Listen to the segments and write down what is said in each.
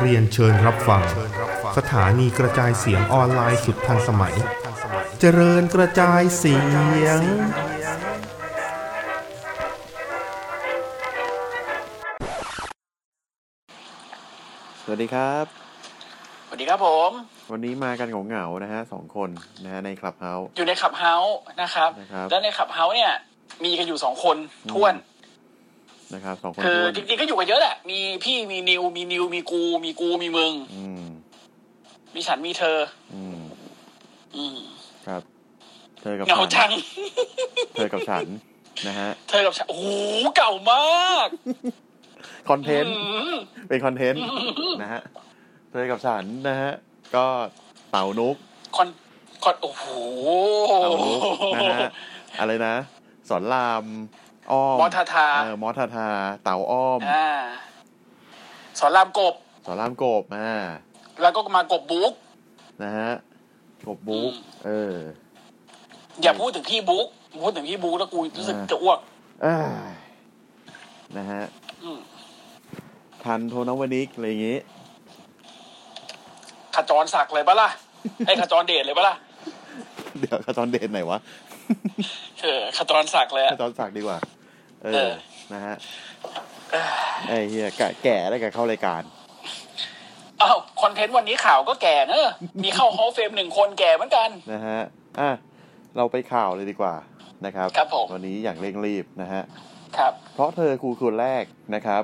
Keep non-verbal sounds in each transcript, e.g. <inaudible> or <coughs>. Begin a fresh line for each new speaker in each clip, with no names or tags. เรียนเชิญรับฟัง สถานีกระจายเสียงออนไลน์สุดทันสมัย เจริญกระจายเสียง
สวัสดีครับ
สวัสดีครับผม
วันนี้มากันเหงาๆนะฮะสองคนนะฮะในคลับเฮาส์
อยู่ในขับเฮาส์นะครับ
นะครับ
แล้วในขับเฮาส์เนี่ยมีกันอยู่สองคนท้วน
นะครับสองคน
คือ
ด้วย
จริงๆก็อยู่กันเยอะแหละ มีพี่มีนิว มีนิว มีกู มีกูมีมึง
อืม
มีฉันมีเธอ
อืม
อืม
ครับ เธอกับ
เหงา
ฉั
จั
น
ง
เธอกับฉันนะฮะ
เธอกับฉัน โอ้โหเก่ามาก
คอนเทนต์
อืม
เป็นคอนเทนต์นะฮะเธอกับฉันนะฮะก็เต่านุก
คอนคอนโอ้โห
เต่านุกนะฮะอะไรนะ สอนรามอ้อม
มอทาทา
เออมอทาทา เต่าอ้อม
อ่าสอนรามกบ
สอนรามโกบอ่า
แล้วก็มากบบุ๊ก
นะฮะกบบุ๊ก
อืม
เออ
อย่าพูดถึงพี่บุ๊กพูดถึงพี่บุ๊กแล้วกูรู้สึกจะอ้วก
เอ้ยนะฮะ
อืม
ทันโทนวันิกอะไรอย่างงี้ <laughs>
ขจรศักดิ์เลยปะล่ะไอ้ขจรเดชเลยปะล่ะ
เดี๋ยวขจรเดชไหนวะ
เออขจรศักดิ์เลย
ข
อะ
จรศักดิ์ดีกว่า เอ
เอ
อ
อ
นะฮะไอ้เฮียแก่แก่แล้วแกเข้ารายการ
อ้าวคอนเทนต์วันนี้ข่าวก็แก่ <laughs> เนอะมีเข้า Hall of Fame หนึ่งคนแก่เหมือนกัน
นะฮะ อ่ะ เราไปข่าวเลยดีกว่านะครับ
ครับผม
วันนี้อย่างเร่งรีบนะฮะ
ครับ
เพราะเธอครูคนแรกนะครับ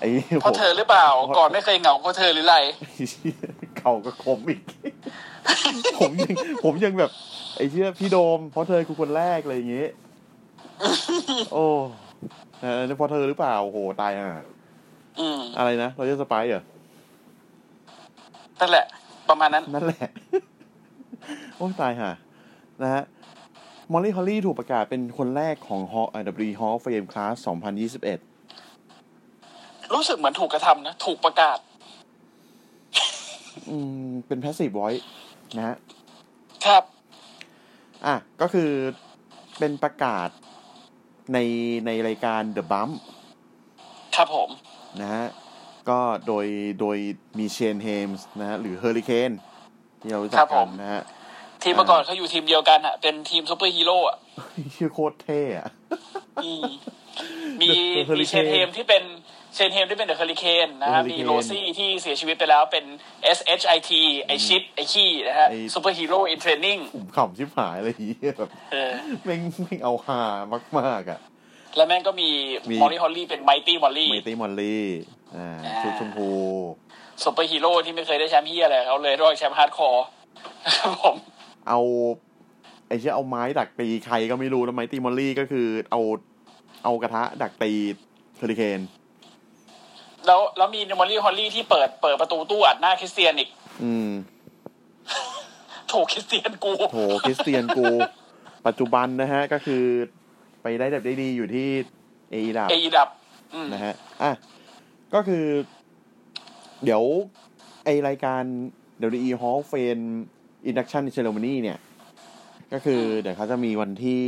ไอ้
เพราะเธอหรือเปล่า ก่อนไม่เคยเหงาเพราะเธอหรือไร
ไอ้เหี้ยเขาก็คมอีก <laughs> ผมยังผมยังแบบ ไอ้เชื่อพี่โดม เพราะเธอครูคนแรกอะไรอย่างงี้ โอ้เออเพราะเธอหรือเปล่าโอ้โหตายอ่ะ
อืม
อะไรนะเราจะสไปเหรอ
นั่นแหละ ประมาณนั้น
นั่นแหละ <laughs> โอ้ยตายห่ะ นะฮะ มอลลี่ฮอลลี่ถูกประกาศเป็นคนแรกของ Hall- เอ่อ W Hall of Fame Class 2021
รู้สึกเหมือนถูกกระทำนะ ถูกประกาศ
อืม เป็น Passive Voice นะฮะ
ครับ
อ่ะ ก็คือเป็นประกาศในในรายการ The Bump
ครับผม
นะฮะ ก็โดยโดยมีเชนเฮมส์นะฮะ หรือเฮอริเคนที่เรารู้จั
ครั
ก
บผ
กัน
ม
นะฮ <laughs> ะ
ทีมเมื่อก่อนเขาอยู่ทีมเดียวกันอะเป็นทีมซูเปอร์ฮีโร่อะ
ชื่อโคตรเท่อะ
อื <laughs> มมี
เดอะเฮอริ
มี
เค
เช
น
นเฮมที่เป็นเชนเฮมที่เป็นเดอะเฮอริเคนนะฮะ
เดอะเฮอริ
มี
เคน
โรซี่ที่เสียชีวิตไปแล้วเป็น S H I T ไอชิปไอขี้นะฮะ
ไอ้
ซูเปอร์ฮีโร่อินเทรนนิ่ง
ผมขำชิบหายเลยเหี้ยแบบ
เออ
แม่งแม่งเอาฮามากๆอ่ะ
แล้วแม่งก็มี
มี
มอลลี่ฮอลลี่เป็นไมตี้มอลลี่
เมตี้มอลลี่ อ่า
อ่า
ชุดชมพู
ซูเปอร์ฮีโร่ที่ไม่เคยได้แชมป์เฮียอะไรกับเขาเลยรอยแชมป์ฮาร์ดคอร์นะครับผม
เอา ไอ้เชี่ยเอาไม้ดักตีใครก็ไม่รู้แล้วไม้ตีมอลลี่ก็คือ เอา เอากระทะดักตีเฮอริเคน
แล้วแล้วมีมอลลี่ฮอลลี่ที่เปิดเปิดประตูตู้อัดหน้าคริสเตียนอีก
อืม
โถคริสเตียนกู
โถคริสเตียนกู <laughs> ปัจจุบันนะฮะ ก็คือไปได้แบบได้ดีอยู่ที่เอดาบ
เอีดับ อืม
นะฮะ อ่ะ ก็คือ เดี๋ยว ไอรายการ WWE Hall of Fame Induction Ceremony เนี่ย ก็คือเดี๋ยวเขาจะมีวันที่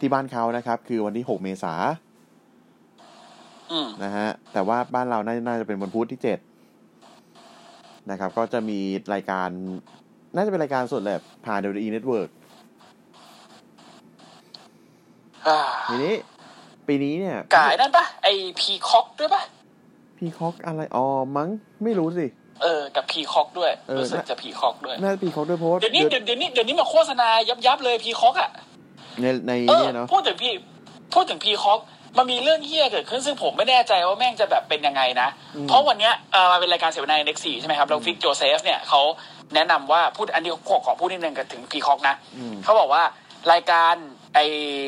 ที่บ้านเขานะครับ คือวันที่ 6 เมษา
อืม
นะฮะแต่ว่าบ้านเราน่าน่าจะเป็นวันพุธที่เจ็ดนะครับ ก็จะมีรายการ น่าจะเป็นรายการสดแหละผ่าน WWE Network
อ่า
ทีนี้ ปีนี้เนี่ย
กายนั่นปะไอพีคอกด้วยปะ
พีคอกอะไรอ๋อมั้งไม่รู้สิ
เออ กับพีคอกด้วย
เออ
รู้สึก
น่ะ
จะพีคอกด้วย
น่าจะปีคอกด้วยเพราะว่า
เดี๋ยวนี้
เดือน
เดี๋ยวเดี๋ยวนี้เดี๋ยวนี้มาโฆษณายับยับๆเลยพีคอกอ่ะ
ในใน
เออ
เนี่ยเนาะ
พูดถึงพี่พูดถึงพีคอกมันมีเรื่องเฮี้ยเกิดขึ้นซึ่งผมไม่แน่ใจว่าแม่งจะแบบเป็นยังไงนะ เพราะวันเนี้ยเออมันเป็นรายการเสวนาในเน็กซี่ใช่ไหมครับแล้วฟิกโจเซฟเนี่ยเขาแนะนำว่าพูดอันนี้ขอขอพูดนิดนึงกับถึงพีคอกนะ
อืม
เขาบอกว่ารายการไอ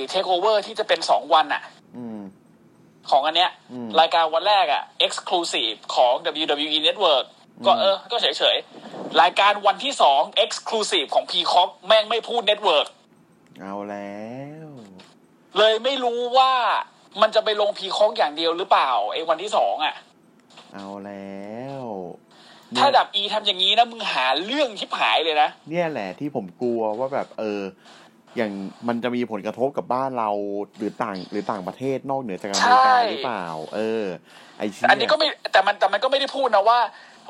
เทคโอเวอร์ที่จะเป็นสองวันอะ
อืม
ของอันเนี้ย
อืม
รายการวันแรกอะ exclusive ของ WWE Network ก็
อืม
เออ ก็เฉยๆ รายการวันที่สอง exclusive ของพีคอกแม่งไม่พูด Network
เอาแล้ว
เลยไม่รู้ว่ามันจะไปลงพีคอกอย่างเดียวหรือเปล่าไอ้วันที่สองอ่ะ
เอาแล้ว
ถ้าดับอีทำอย่างนี้นะมึงหาเรื่องชิบหายเลยนะ
เนี่ยแหละที่ผมกลัวว่าแบบเออ อย่างมันจะมีผลกระทบกับบ้านเราหรือต่างหรือต่างประเทศนอกเหนือจากอเมริกา
ใช่
หรือเปล่า เออ ไอเชี่
แต่
ย
อันนี้ก็ไม่แต่มันแต่มันก็ไม่ได้พูดนะว่า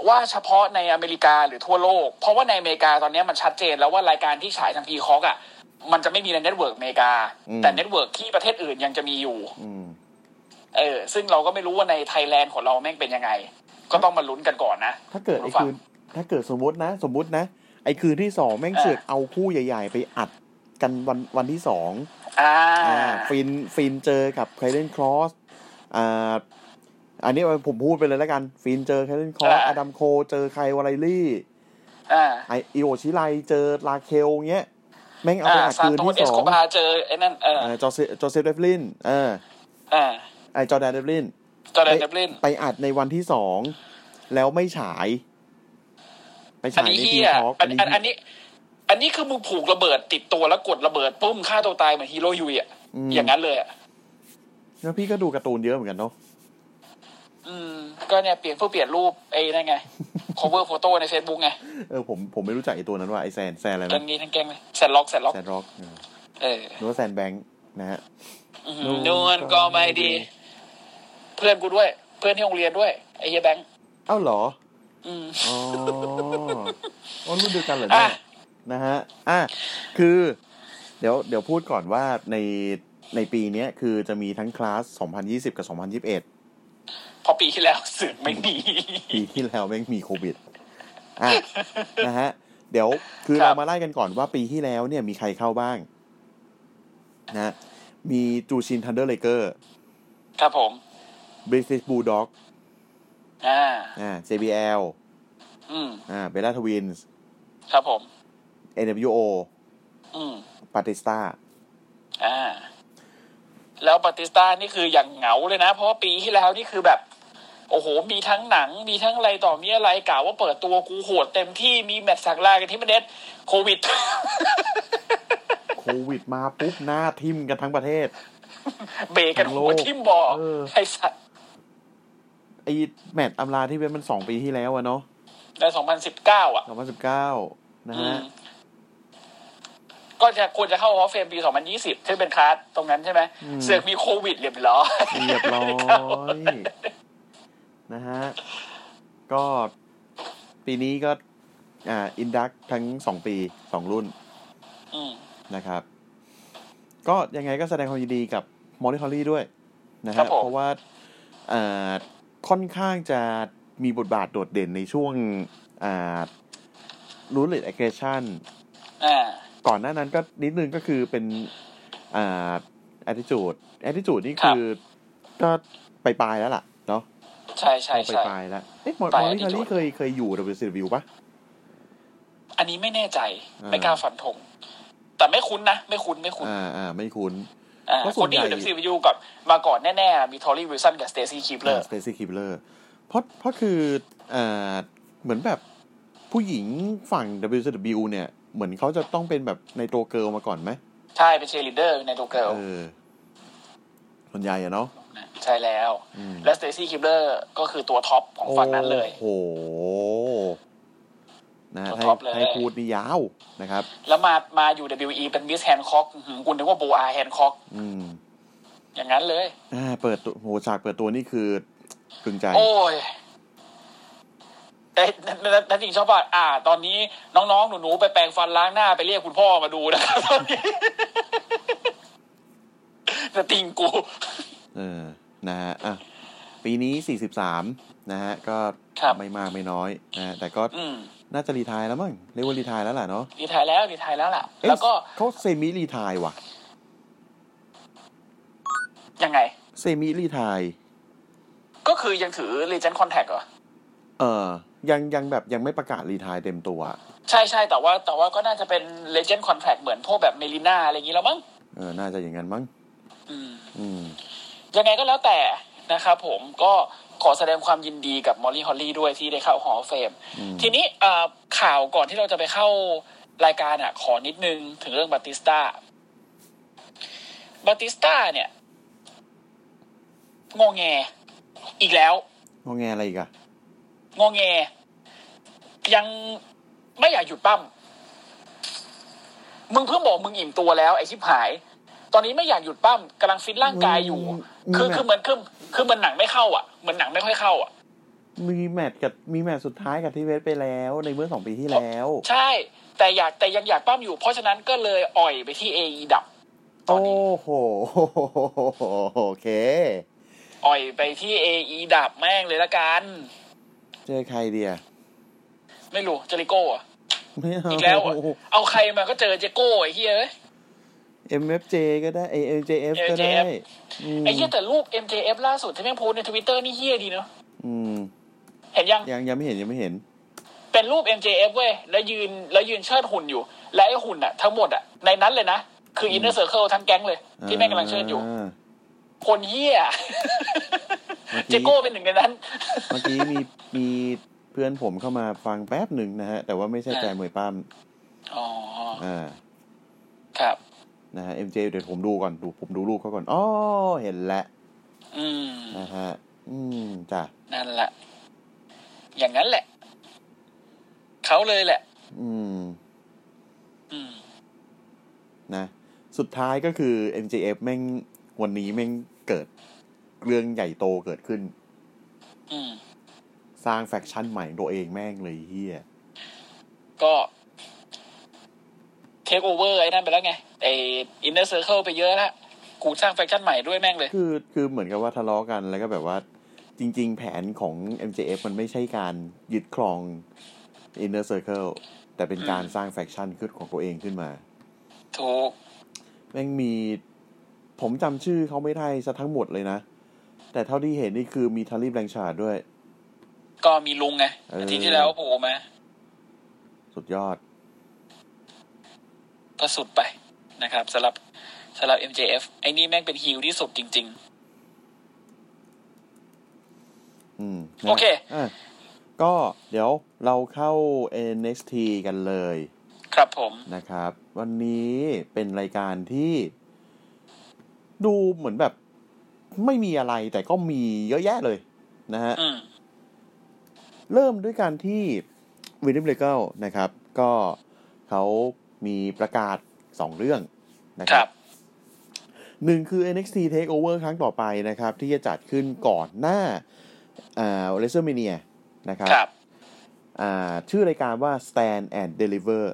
ว่าเฉพาะในอเมริกาหรือทั่วโลก เพราะว่าในอเมริกาตอนนี้มันชัดเจนแล้วว่ารายการที่ฉายทางพีคอกอ่ะมันจะไม่มีในเน็ตเวิร์กอเมริกา แต่เน็ตเวิร์กที่ประเทศอื่นยังจะมีอยู่
อืม
เออ ซึ่งเราก็ไม่รู้ว่าในไทยแลนด์ของเราแม่งเป็นยังไง ก็ต้องมาลุ้นกันก่อนนะ
ถ้าเกิด
รู้
ไอ้
ปะ
คืนถ้าเกิดสมมตินะ สมมตินะ ไอ้คืนที่สองแม่ง
อ่า
เสือกเอาคู่ใหญ่ ๆ ไปอัดกันวันวันที่สอง
อ่า
อ่าฟินฟินเจอกับไคลเลนครอสอ่าอันนี้ผมพูดไปเลยแล้วกัน ฟินเจอไคลเลนครอส
อ่า
อดัมโคเจอใครวาไลลี่
อ่า
ไออิโอชิไลเจอลาเคลเงี้ย แม่งเอา
อ่า
ไปอัด
ซาน
คืน
โต
ที่
เอ
ส
ส
อ
โค
ง
บาร์เจอไอ้นั่นเออ
อ่าจอเซจอเซฟเดฟลินเออ
อ่า
ไอจอแดนเดฟลิน
จอร์แดนเดบลิน
ไปอัดในวันที่สองแล้วไม่ฉาย ไป
อัน
ฉาย
นี้
ใน
เฮี
ที
ย
ท็อก
อันอันอันนี้ อันนี้คือมึงผูกระเบิดติดตัวแล้วกดระเบิดปุ้มฆ่าตัวตายเหมือนฮีโร่ยูอ่ะ
อืม
อย่างนั้นเลยอ่ะ
แล้วพี่ก็ดูการ์ตูนเยอะเหมือนกันเนาะ
อืม ก็เนี่ยเปลี่ยนเพื่อเปลี่ยนรูปไอ้นั่นไง cover photo ใน Facebook <laughs> ไง
เออผมผมไม่รู้จักไอตัวนั้นว่าไอแซนแซนอะไร
เรื่อ
นะ
งนี้ทั้งแกงเลยแซนล็อกแซนล็อก
แซนร็อกเออ
เออ
หรือว่าแซนแบงค์นะฮะ
อืม
นู่น
นวลก็ไม่ดี เพื่อนกูด้วย เพื่อนที่โรงเรียนด้วย ไอ้เฮียแบงค์
เอ้าเหรอ
อืม <laughs>
อ๋ออ๋อรุ่นเดียวกันเหรอ
อ่ะ
เนี่ยนะฮะอ่ะคือ เดี๋ยวเดี๋ยวพูดก่อนว่าในในปีเนี้ยคือจะมีทั้งคลาส 2020 กับ 2021
พอปีที่แล้ว <laughs> เสื่อไม่ดี
ปีที่แล้วแม่งมีโควิดอ่ะนะฮะ เดี๋ยวคือ
ครั
เรา
บ
มาไล่กันก่อนว่าปีที่แล้วเนี่ยมีใครเข้าบ้างนะฮะมีจูชินทันเดอร์เลเกอร์
ครับผม
บริติชบูลด็อก
อ่า
อ่า JBL
อืม
อ่าเบล่าทวินส์
ครับผม
NWO
อืม
ปาติสตา
อ่า แล้วบาติสตานี่คืออย่างเหงาเลยนะ เพราะว่าปีที่แล้วนี่คือแบบ โอ้โห มีทั้งหนัง มีทั้งอะไรต่อมีอะไรกล่าวว่าเปิดตัวกูโหดเต็มที่มีแมตช์สักลากันที่ประเด็นโควิด <laughs>
โควิดมาปุ๊บ หน้าทิมกันทั้งประเทศ
เบรกกันหัวทิมบอก
เออ
ไอ้สัตว์
ไอแมตช์อำลาที่เป็นมันสองปีที่แล้วอะเนาะ
ในสองพันสิบเก้าอ่ะ
สองพันสิบเก้านะ
อืม
ฮะ
ก็จะควรจะเข้าฮอลเฟมปีสองพันยี่สิบซึ่งเป็นคลาสตรงนั้นใช่ไหม
อืม
เสือกมีโควิดเรียบร้อย <laughs>
เรียบร้อย นะฮะ ก็ปีนี้ก็ อ่า อินดักทั้งสองปีสองรุ่น
อืม
นะครับ ก็ยังไงก็แสดงความยินดีกับมอริคอรี่ด้วย นะ
ครั
ฮะ
บผม
เพราะว่าอ่าค่อนข้างจะมีบทบาทโดดเด่นในช่วงอ่ารู้เลดแอคเ s ชั่น
อ่า
ก่อนหน้านั้นก็นิดนึงก็คือเป็นอ่า attitude attitude นี่คือก็ไปปลายๆแล้วล่ะ เนาะ
ใช่ใช่
ไป
ใช่
ปลายๆแล้ว เอ๊ะมอ
ปลาย
ริคา
Attitude
รี่เคยเคยอยู่ WCW ปะ
อันนี้ไม่แน่ใจ
อ่า
ไม่กล้าฟันธงแต่ไม่คุ้นนะ ไม่คุ้นไม่คุ้น
อ่าอ่าไม่คุ้น
อ่า
เพราะส่
ค
วน
นที่อยู่
ใหญ่
WCW ก่อนมาก่อนแน่ๆ มีทอรี่วิลสันกับสเตซี่คีปเลอร์
สเตซี่คิปเลอร์เพราะเพราะคืออ่าเหมือนแบบผู้หญิงฝั่ง WCW เนี่ย เหมือนเขาจะต้องเป็นแบบในโตเกิลมาก่อนไหม
ใช่ เป็นเชลิเดอร์ในโตเกิล
เออส่วนใหญ่อะเนาะ
ใช่แล้ว
อืม
และสเตซี่คีปเลอร์ก็คือตัวท็อปของฝั่งนั้นเลย
โอ้โหนะฮะ
ตัว
ให้
ท็อปเลย
ให้พูดนี่ยาวนะครับ
แล้วมามาอยู่ WE เป็นมิสแฮนคอกคุณนึกว่าโบอาแฮนคอก
อืม
อย่างนั้นเลย
อ่าเปิดตัวโหฉากเปิดตัวนี่คือตรึงใจ
โอ้ยแต่นั่นจริงชอบป่ะอ่า ตอนนี้น้องๆ หนูๆ ไปแปรงฟันล้างหน้าไปเรียกคุณพ่อมาดูนะครับตอนนี้ <laughs> แต่ติงกู
เออ นะฮะอ่ะปีนี้สี่สิบสามนะฮะ ก็
ครับ
ไม่มากไม่น้อยนะฮะแต่ก็
อืม
น่าจะรีไทายแล้วมั้งเรียกว่ารีไทายแล้วแหละเนาะ
ดีไทยแล้วดีไทยแล้วล่ะ
เอ๊ะ
แล้วก็
เขาเซมิรีไทายว่ะ
ยังไง
เซมิรีไทาย
ก็คือยังถือ Legend Contact เหรอ
เออ ยังยังแบบยังไม่ประกาศรีไทายเต็มตัว
ใช่ใช่แต่ว่าแต่ว่าก็น่าจะเป็น Legend Contact เหมือนพวกแบบเมลิน่าอะไรอย่างนี้แล้วมั้ง
เออ น่าจะอย่างนั้นมั้ง
อืม
อืม
ยังไงก็แล้วแต่นะครับผมก็ขอแสดงความยินดีกับมอลลี่ฮอลลี่ด้วยที่ได้เข้าหอเฟม
อืม
ทีนี้เอ่อข่าวก่อนที่เราจะไปเข้ารายการอ่ะ ขอนิดนึงถึงเรื่องบัติสตาบัติสตาเนี่ยงงแง อีกแล้ว
งอแงอะไรอีกอะ
งงแง ยังไม่อยากหยุดปั้ม มึงเพิ่งบอกมึงอิ่มตัวแล้วไอ้ชิบหาย ตอนนี้ไม่อยากหยุดปั้มกำลังฟิตร่างกายอยู่
อืม
คือ
แบบ
คือเหมือนคือคือเหมันหนังไม่เข้าอ่ะเหมือนหนังไม่ค่อยเข้าอ่ะ
มีแมตช์กับมีแมตช์สุดท้ายกับทีเวสไปแล้ว ในเมื่อสองปีที่แล้ว
ใช่ แต่อยากแต่ยังอยากปั้มอยู่ เพราะฉะนั้นก็เลยอ่อยไปที่เอดับ ตอน
โอ้
นี้
โหโอเค
อ่อยไปที่เอดับแม่งเลยละกัน
เจอใครเดีย
ไม่รู้เจริโก้อะ
ไม่เอา
อีกแล้วอะเอาใครมาก็เจอเจโก้ไอ้เหี้ยเอ้ย
เอ็มเอฟเจก็ได้เอเอ็มเจเอฟก็ได้
MJF
อืม
ไอ้เหี้ยแต่รูป MJF ล่าสุดที่แม่งโพสต์ในทวิตเตอร์นี่เหี้ยดีเนอะ
อืม
เห็นยัง
ยังยังไม่เห็นยังไม่เห็น
เป็นรูป MJF เว้ย แล้วยืน แล้วยืนเชิดหุ่นอยู่ และไอ้หุ่นอะทั้งหมดอะในนั้นเลยนะ คืออินเนอร์เซอร์เคิลทั้งแก๊งเลย ที่แม่งกำลังเชิดอยู่ คนเหี้ย
เมื่อกี้
เจโก้เป็นหนึ่งในนั้น
เมื่อกี้มีมีเพื่อนผมเข้ามาฟังแป๊บหนึ่งนะฮะ แต่ว่าไม่ใช่
อ่า
แจมวยปั้ม
อ๋อ
อ่า
ครับ
นะฮะเอ็มเจเดี๋ยวผมดูก่อนดูผมดูรูปเขาก่อนอ๋อเห็นแล้ว
อืม
นะฮะ อืมจ้ะ
นั่นแหละ อย่างนั้นแหละ เขาเลยแหละ
อืม
อืม
นะสุดท้ายก็คือ MJF แม่งวันนี้แม่งเกิดเรื่องใหญ่โตเกิดขึ้น
อืม
สร้างแฟคชั่นใหม่ตัวเองแม่งเลยเฮีย
ก็เทคโอเวอร์ไอ้นั่นไปแล้วไงไออินเนอร์เซอร์เคิลไปเยอะแล้วกูสร้างแฟคชั่นใหม่ด้วยแม่งเลย
คือคือเหมือนกับว่าทะเลาะกันแล้วก็แบบว่าจริง ๆ แผนของ MJF มันไม่ใช่การยึดครอง Inner Circle แต่เป็นการสร้างแฟคชั่นขึ้นของตัวเองขึ้นมา
ถูก
แม่งมีผมจำชื่อเขาไม่ได้ซะทั้งหมดเลยนะ แต่เท่าที่เห็นนี่คือมีทารีบแรงชาดด้วย
ก็มีลุงไง
เอออ
อาทิตย์ที่แล้วโผล่มา
สุดยอด
ก็สุดไปนะครับสำหรับสำหรับ MJF ไอ้นี่แม่งเป็นฮิลที่สุดจริง
อืมนะ
โอเค
อ่ะก็เดี๋ยวเราเข้า NXT กันเลย
ๆ ครับผม
นะครับ วันนี้เป็นรายการที่ดูเหมือนแบบไม่มีอะไรแต่ก็มีเยอะแยะเลยนะฮะ
อืม
เริ่มด้วยการที่วินนิมเลเกลนะครับ ก็เขามีประกาศสองเรื่องนะ
ค
ค
รั
รับ บหนึ่งคือ NXT Takeover ครั้งต่อไปนะครับ ที่จะจัดขึ้นก่อนหน้าอ่าเลเซอร์เมเนียนะครับ
ครับ
อ่าชื่อรายการว่า Stand and Deliver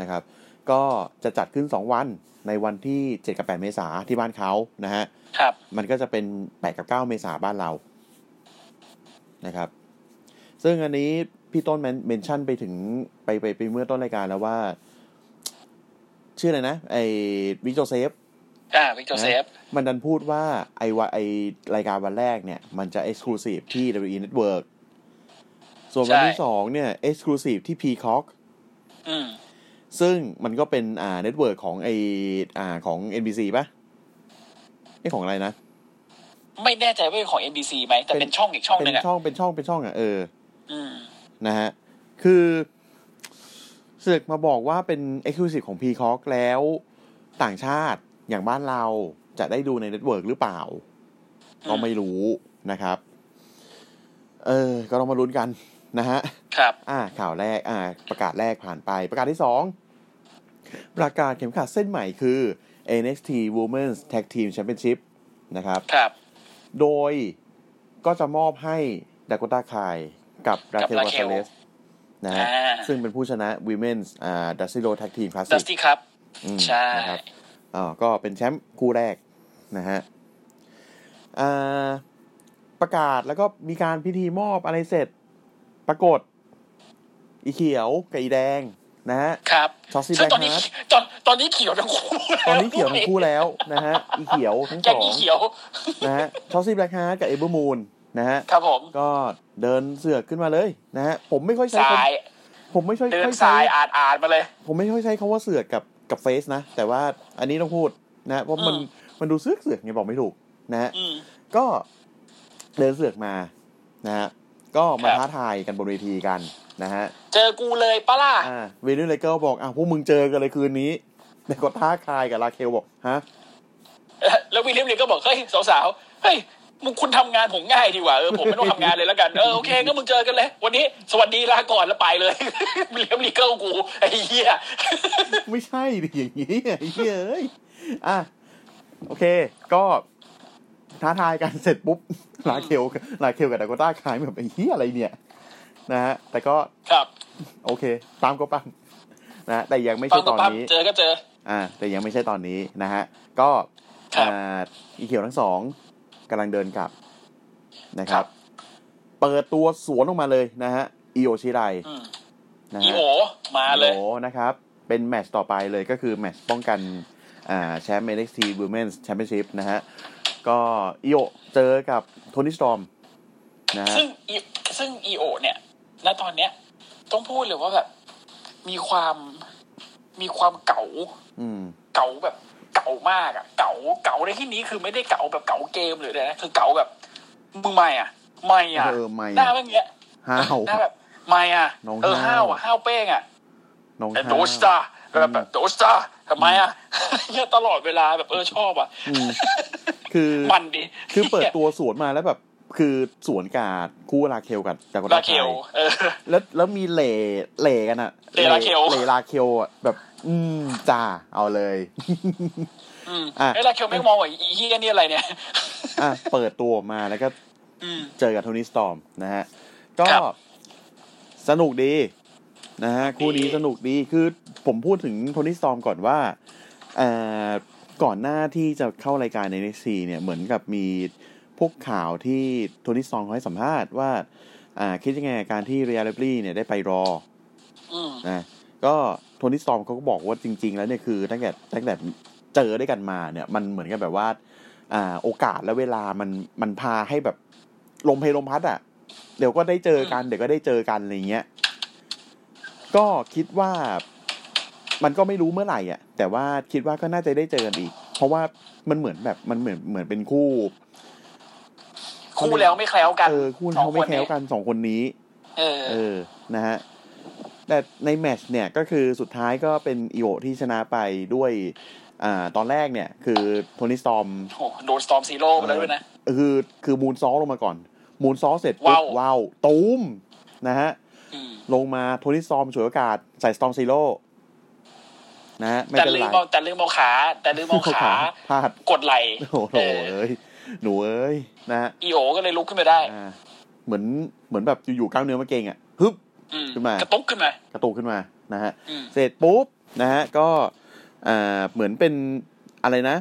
นะครับ ก็จะจัดขึ้น 2 วันในวันที่ 7 กับ 8 เมษาที่บ้านเขานะฮะ
ครับ
มันก็จะเป็น 8 กับ 9 เมษาบ้านเรา นะครับ ซึ่งอันนี้พี่ต้นเมนชั่นไปถึงไปไปไปเมื่อต้นรายการแล้วว่า ชื่ออะไรนะ ไอวิกโจเซฟ
อ่าวิกโจเซฟ
มันดันพูดว่าไอวะไอรายการวันแรกเนี่ย มันจะ Exclusive ที่ WWE Network ส่วนวัน
ใช่
ที่สองเนี่ย Exclusive ที่ Peacock
อืม
ซึ่งมันก็เป็นอ่าเน็ตเวิร์กของไออ่าของ NBC ปะไอของอะไรนะ
ไม่แน่ใจว่าเป็นของ NBC ไหม แต่
เป็
เป็น นช่องอีกช่องห
เป็
นึ
น
งอะ
ช่องเป็นช่องเป็นช่องอ่ะเออ
อืม
นะฮะ คือเสือกมาบอกว่าเป็น Exclusive ของ Peacock แล้วต่างชาติอย่างบ้านเราจะได้ดูในเน็ตเวิร์กหรือเปล่า ก็ไม่รู้นะครับ เออ ก็ต้องมาลุ้นกันนะฮะ
ครับ
อ่า ข่าวแรก อ่า ประกาศแรกผ่านไป ประกาศที่สองประกาศเข็มขัดเส้นใหม่คือ NXT Women's Tag Team Championship นะครับ
ครับ
โดยก็จะมอบให้ดากต้าคายกับราเคล
กับ
วา
Raquel
ซาเลสนะฮะ
อ่า
ซึ่งเป็นผู้ชนะ Women's อ่าดัซซิโลแท็กทีมคลาส
ดัส
สิก
ตี้ครับ ใช่
นะครับอ่าก็เป็นแชมป์คู่แรกนะฮะอ่าประกาศแล้วก็มีการพิธีมอบอะไรเสร็จ ปรากฏ อีเขียวกับอีแดงนะฮะ
ครับ
Chelsea
ซึ่งตอนนี้
Blackheart
ตอนตอนนี้เขียวทั้งคู่
ตอนนี้เขียวทั้งคู่แล้วนะฮะ อีเขียวทั้ง
แก
ส
ง
อง
นี้เขียว
นะฮะชอซี่แบล็กฮาร์ดกับเอเบอร์มูนนะฮะ
ครับผม
ก็เดินเสือกขึ้นมาเลยนะฮะผมไม่ค่อยใช้
สา
คำ
ย
ผมไม่ค่อย
เดิน
ค่อย
สา
ใช้
ยอาดอาดมาเลย
ผมไม่ค่อยใช้คำว่าเสือกกับกับเฟซนะ แต่ว่าอันนี้ต้องพูดนะ เพราะมัน
อืม
มันดูเสือกเสือกไงบอกไม่ถูกนะฮะ
อืม
ก็เดินเสือกมานะฮะก็มา
ครับ
ท้าทายกันบนเวทีกันนะฮะ
เจอกูเลยปะล่ะ
อ่าเวนิสเลเกอร์บอกอ่ะพวกมึงเจอกันเลยคืนนี้ <laughs> แต่ก็ท้าทายกับลาเคลบอกฮะ
<laughs> แล้ววิลเลียมลิงก็บอก เฮ้ย สาวๆ เฮ้ย มึงคุณทำงานผมง่ายดีกว่าเออผมไม่ต้องทำงานเลยแล้วกันเออโอเคก็มึงเจอกันเลย วันนี้สวัสดีลาก่อนแล้วไปเลย <laughs> เลี้ยมลีเกิลกูไอ้เหี้ย <laughs>
ไม่ใช่ดิอย่างนี้ไอ้เหี้ยเอ้ยอ่ะ โอเค ก็ท้าทายกันเสร็จปุ๊บ ลาเคลลาเคลกับดากต้าคายแบบไอ้เหี้ยอะไรเนี่ย นะฮะ แต่ก็
ครับ
โอเค ตามก็ปังนะฮะแต่ยังไม่
ฟั
ใช่
ง
ต
ต่
อน
ปั๊บ
นี้
เจอก็เจอ
อ่า แต่ยังไม่ใช่ตอนนี้นะฮะ ก็
ครับ
อ่าอีเขียวทั้งสองกำลังเดินกลับนะครั
ครับ บ
เปิดตัวสวนออกมาเลยนะฮะ อีโอชิไร
อืม
นะ
อี
ฮะ
โอมาเลย
โอ้นะครับ เป็นแมตช์ต่อไปเลยก็คือแมตช์ป้องกันอ่าแชมป์ NXT Women's Championship นะฮะ ก็อิโอเจอกับโทนี่สตอมนะฮะ
ซึ่งอีซึ่งอีโอเนี่ย ณ ตอนเนี้ย ต้องพูดเลยว่าแบบ มีความมีความเก๋า
อืม
เก๋าแบบเก๋ามากอะเก๋าเก๋าในที่นี้คือไม่ได้เก๋าแบบเก๋าเกมหรืออะไรนะคือเก๋าแบบมึงไม่อะไม่อะ
เออไม่อะ
หน้าแบบเนี้ย
ห้าว
หน้าแบบไม่อะ
น้อง
เออ
ห้า
ห้าว วอะห้าวเป้งอะ
น้อง
เออ
ห้าว
โดสตาร์แบบแบบโดสตาร์ทำไมอะ เนี่ยตลอดเวลาแบบเออชอบอะ
อืมคือ
มันดี
คือเปิดตัวสวนมาแล้วแบบ คือสวนกาดคู่ลาเคลกับจาก
ลาเคลเออ
แล้วแล้วมีเหล่เหล่กันอะ
เหล่ลาเคล
เหล่ลาเคลอะแบบ อืมจ้าเอาเลย
อืม
อ่ะ
เอ้ยลาเคลไม่งมองว่าอีฮียนี่อะไรเนี่ย
อ่ะเปิดตัวออกมาแล้วก็
อืม
เจอกับโทนี่สตอมนะฮะ ก็
ครับ
สนุกดีนะฮะ คู่นี้
ดี
สนุกดีคือผมพูดถึงโทนี่สตอมก่อนว่าเอ่อก่อนหน้าที่จะเข้ารายการใน NXT เนี่ยเหมือนกับมีพวกข่าวที่โทนี่สตอมเขาให้สัมภาษณ์ว่าอ่าคิดยังไงกับการที่เรียลเลบลี่เนี่ยได้ไปรอ
อืม
นะก็โทนี่สตอมเขาก็บอกว่าจริง ๆ แล้วเนี่ยคือตั้งแต่ตั้งแต่เจอด้วยกันมาเนี่ย มันเหมือนกับแบบว่า อ่า โอกาสและเวลามันมันพาให้แบบลมเพลลมพัดอะ่ะ เดี๋ยวก็ได้เจอกัน เดี๋ยวก็ได้เจอกันอะไรเงี้ยก็คิดว่ามันก็ไม่รู้เมื่อไหร่อ่ะ แต่ว่าคิดว่าก็น่าจะได้เจอกันอีก เพราะว่ามันเหมือนแบบมันเหมือนเหมือนเป็นคู่
คู่แล้วไม่แคล้วกัน
เออคู่
สอ
เขา
ง
ไม่แคล้วกันสองคนนี้
เออ
เออ นะฮะ แต่ในแมตช์เนี่ยก็คือสุดท้ายก็เป็นอีโอที่ชนะไปด้วย อ่า ตอนแรกเนี่ย คือโทนี่สตอม
โอ้โหโดนสตอมซีโร่ไปแล้วด้วยนะ
คือคือมูนซอลลงมาก่อน มูนซอลเสร็จปุ๊บ
ว้าว
ว้าวตูมนะฮะ
อืม
ลงมาโทนี่สตอมฉวยโอกาสใส่สตอมซีโร่นะฮะ ไม่
แต่
เป็น
ลื
ไร
มเอาแต่ลืมเอาขา แต่ลืมเอาขา
พลาด
กดไหล
โอ้โห
เออ
เอ้ย หนูเอ้ย นะฮะ
อีโอก็เลยลุกขึ้นมาได้
อ่าเหมือนเหมือนแบบอยู่ๆกล้ามเนื้อมาเก่งอ่ะฮึบ
อืม
ขึ้นมา
กระตุกขึ้นมา
กระตุกขึ้นมานะฮะ
อืม
เสร็จปุ๊บนะฮะก็อ่าเหมือนเป็นอะไรนะ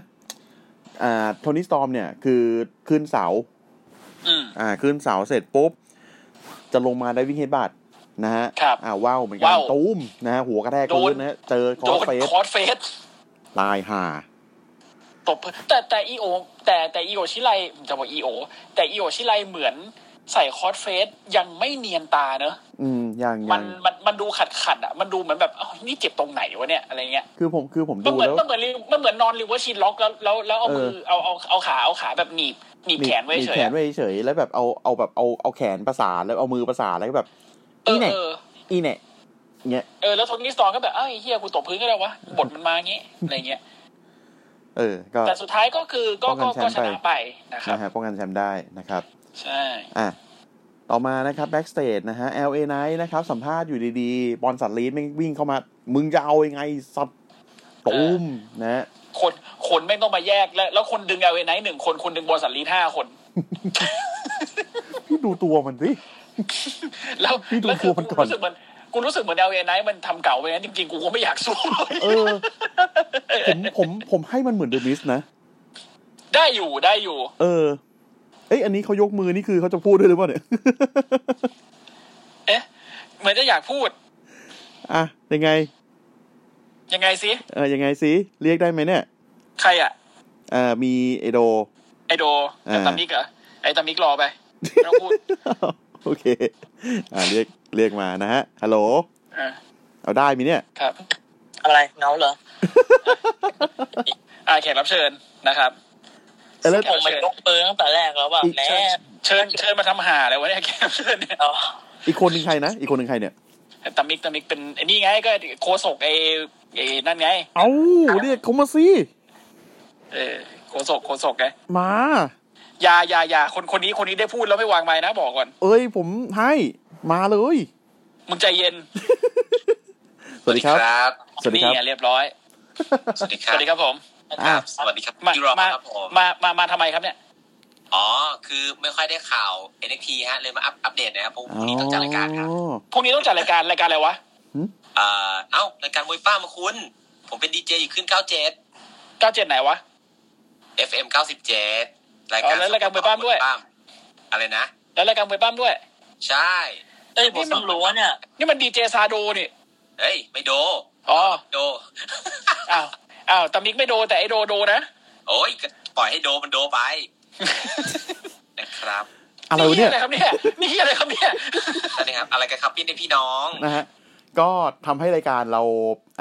อ่าโทนี่สตอมเนี่ยคือขึ้นเสา
อืม
อ่าขึ้นเสาเสร็จปุ๊บ จะลงมาได้วิ่งเฮดบัตนะฮะ
ครับ
อ่าว้าวเหมือนกั
ว้าน ว
ตูมนะฮะหัวกระแทก
โดน
พื้นนะฮะเจอคอ
โด
ร์ส
น
เฟส
คอร์สเฟส
ตายห่า
ตบแต่แต่อีโอ แต่แต่อีโอชิไลผมจะบอกอีโอ แต่อีโอชิไลเหมือนใส่คอร์สเฟสยังไม่เนียนตาเนอะ
อืมยัง
มั
ยั
น
ง
มันมันดูขัดขัดๆอ่ะมันดูเหมือนแบบอ้าวนี่เจ็บตรงไหนวะเนี่ยอะไรเงี้ย
คือผมคือผม
มัน
ดู
เหมือน
แล้ว
มันเหมือนริวมันเหมือนนอนริวเวอร์ชินล็อกแล้วแล้วแล้วเอา
เออ
มือเอาเอาเอาขาเอาขาแบบหนีบหนีบ
มี
แขนไว้
มี
เฉ
แข
ย
นไว้เฉยแล้วแบบเอาเอาแบบเอาเอาแขนประสานแล้วเอามือประสานแล้วก็แบบ
เอ
นี่แหละ
อเออ
อีเนี่ยเงี้ย
เออแล้วโทนี่สตองก็แบบเอ้ยเฮียกูตบพื้นก็ได้วะบทมันมาอย่างงี้อะไรเงี้ย
เออก็
แต่สุดท้ายก็คือก็
ป้
ก็
องกัน
ก็
แช
ช
มป์ไป
นะไปนะครับ
นะฮะป้องกันแชมป์ได้นะครับ
ใช่
อ่ะ ต่อมานะครับ backstage นะฮะ LA Knight นะครับ สัมภาษณ์อยู่ดีๆ บอลสัตว์ลีดแม่งวิ่งเข้ามา มึงจะเอายังไง สัตว์ตูมนะฮะ
คนคนไม่ต้องมาแยกแล้ว แล้วคนดึงเอเวไนท์หนึ่งคนคนดึงบอลสันลีดห้าคน
พี่ดูตัวมันสิ
แล้ว
พี่ดู
แล้วคือ
ครัวมันก่
กู
อน
รู้สึกเหมันกูรู้สึกเหมือนเอเวไนท์มันทำเก่าไปนั้นจริงๆ กูก็ไม่อยาก <laughs> สู้
เออ ผมผมผมให้มันเหมือนเดอะมิสนะ
ได้อยู่ได้อยู่
เออ เอ้ยอันนี้เขายกมือนี่คือเขาจะพูดด้วยหรือเปล่าเนี่ย <laughs>
เอ๊ะเหมือนจะอยากพูด
อ่ะ ยังไง
ยังไงสิ
เออ ยังไงสิ เรียกได้ไหมเนี่ย
ใครอ่ะ
เอ่อมีไอโด <laughs>
ไอโด
อ่า
ไอตามิกเหรอไอตามิกรอไปไม่ต้องพูด
<laughs> โอเค อ่าเรียกเรียกมานะฮะ ฮัลโหล
อ่า
เอาได้มั้ยเนี่ย
ครับ
อะไรเงาเหรอ
อ่าแขกรับเชิญนะครับ
เออแล้ว
ผมมันยกปืนตั้งแต่แรกแล้วว่า
อีก
แม่
เชิญเชิญเชิญมาทำหาอะไรวะ <laughs> เนี่ยแขกรับเชิญเนี่ย
เอา
อีกคนหนึ่งใครนะ อีกคนหนึ่งใครเนี่ย
ไอ้ตามิกตามิกเป็นไอ้นี่ไงก็โคศกไอไอนั่นไง
เอาเรียกเขามาสิ
เออโคศกโคศกไง
มา
อยาอยาอยาคนคนนี้คนนี้ได้พูดแล้วไม่วางไม้นะบอกก่อน
เอ้ยผมให้มาเลย
มึงใจเย็น
สวัสดีครับ
บ
สวัสดีครับ
นี่ไงเรียบร้อย
สวัสดีค
ส
รับ
วัสดีครับผม
อ่ะ
สวัสดีครับ
มา
พี่รอ
มา
ครับผม
มามามาทำไมครับเนี่ย
อ๋อ คือไม่ค่อยได้ข่าว NXT ฮะ เลยมาอัปอัปเดตหนะครับผมวันนี้ต้องจัดรายการครับ
อ๋อ
พรุ่งนี้ต้องจัดรายการรายการอะไรวะ
เอ่อ เอ้ารายการมวยป้ามาคุณ ผมเป็นดีเจอยู่ขึ้น 97
97 ไหนวะ
FM 97 รายกา
อ๋
ร
อแล้วรายการมวยปล้ำด้วย
อะไรนะ
แล้วรายการมวยปล้ามด้วย
ใช่
เอ้ยผมเพิ่งรู้ว่าเนี่ย
นี่มันดีเจซาโดนี่
เฮ้ย ไม่โด
อ๋อ
โด
อ้าว อ้าวแต่มิกไม่โดแต่ไอโดโดนะ
โอ้ยก็ปล่อยให้โดมันโดไป
<laughs>
นะครับ
อะไรวะเนี่ย
อะไรครับเนี่ย นี่เหี้ยอะไรครับเนี่ย
นั่นนะครับ อะไรกันครับพี่ในยพี่น้อง
นะฮะ ก็ทำให้รายการเรา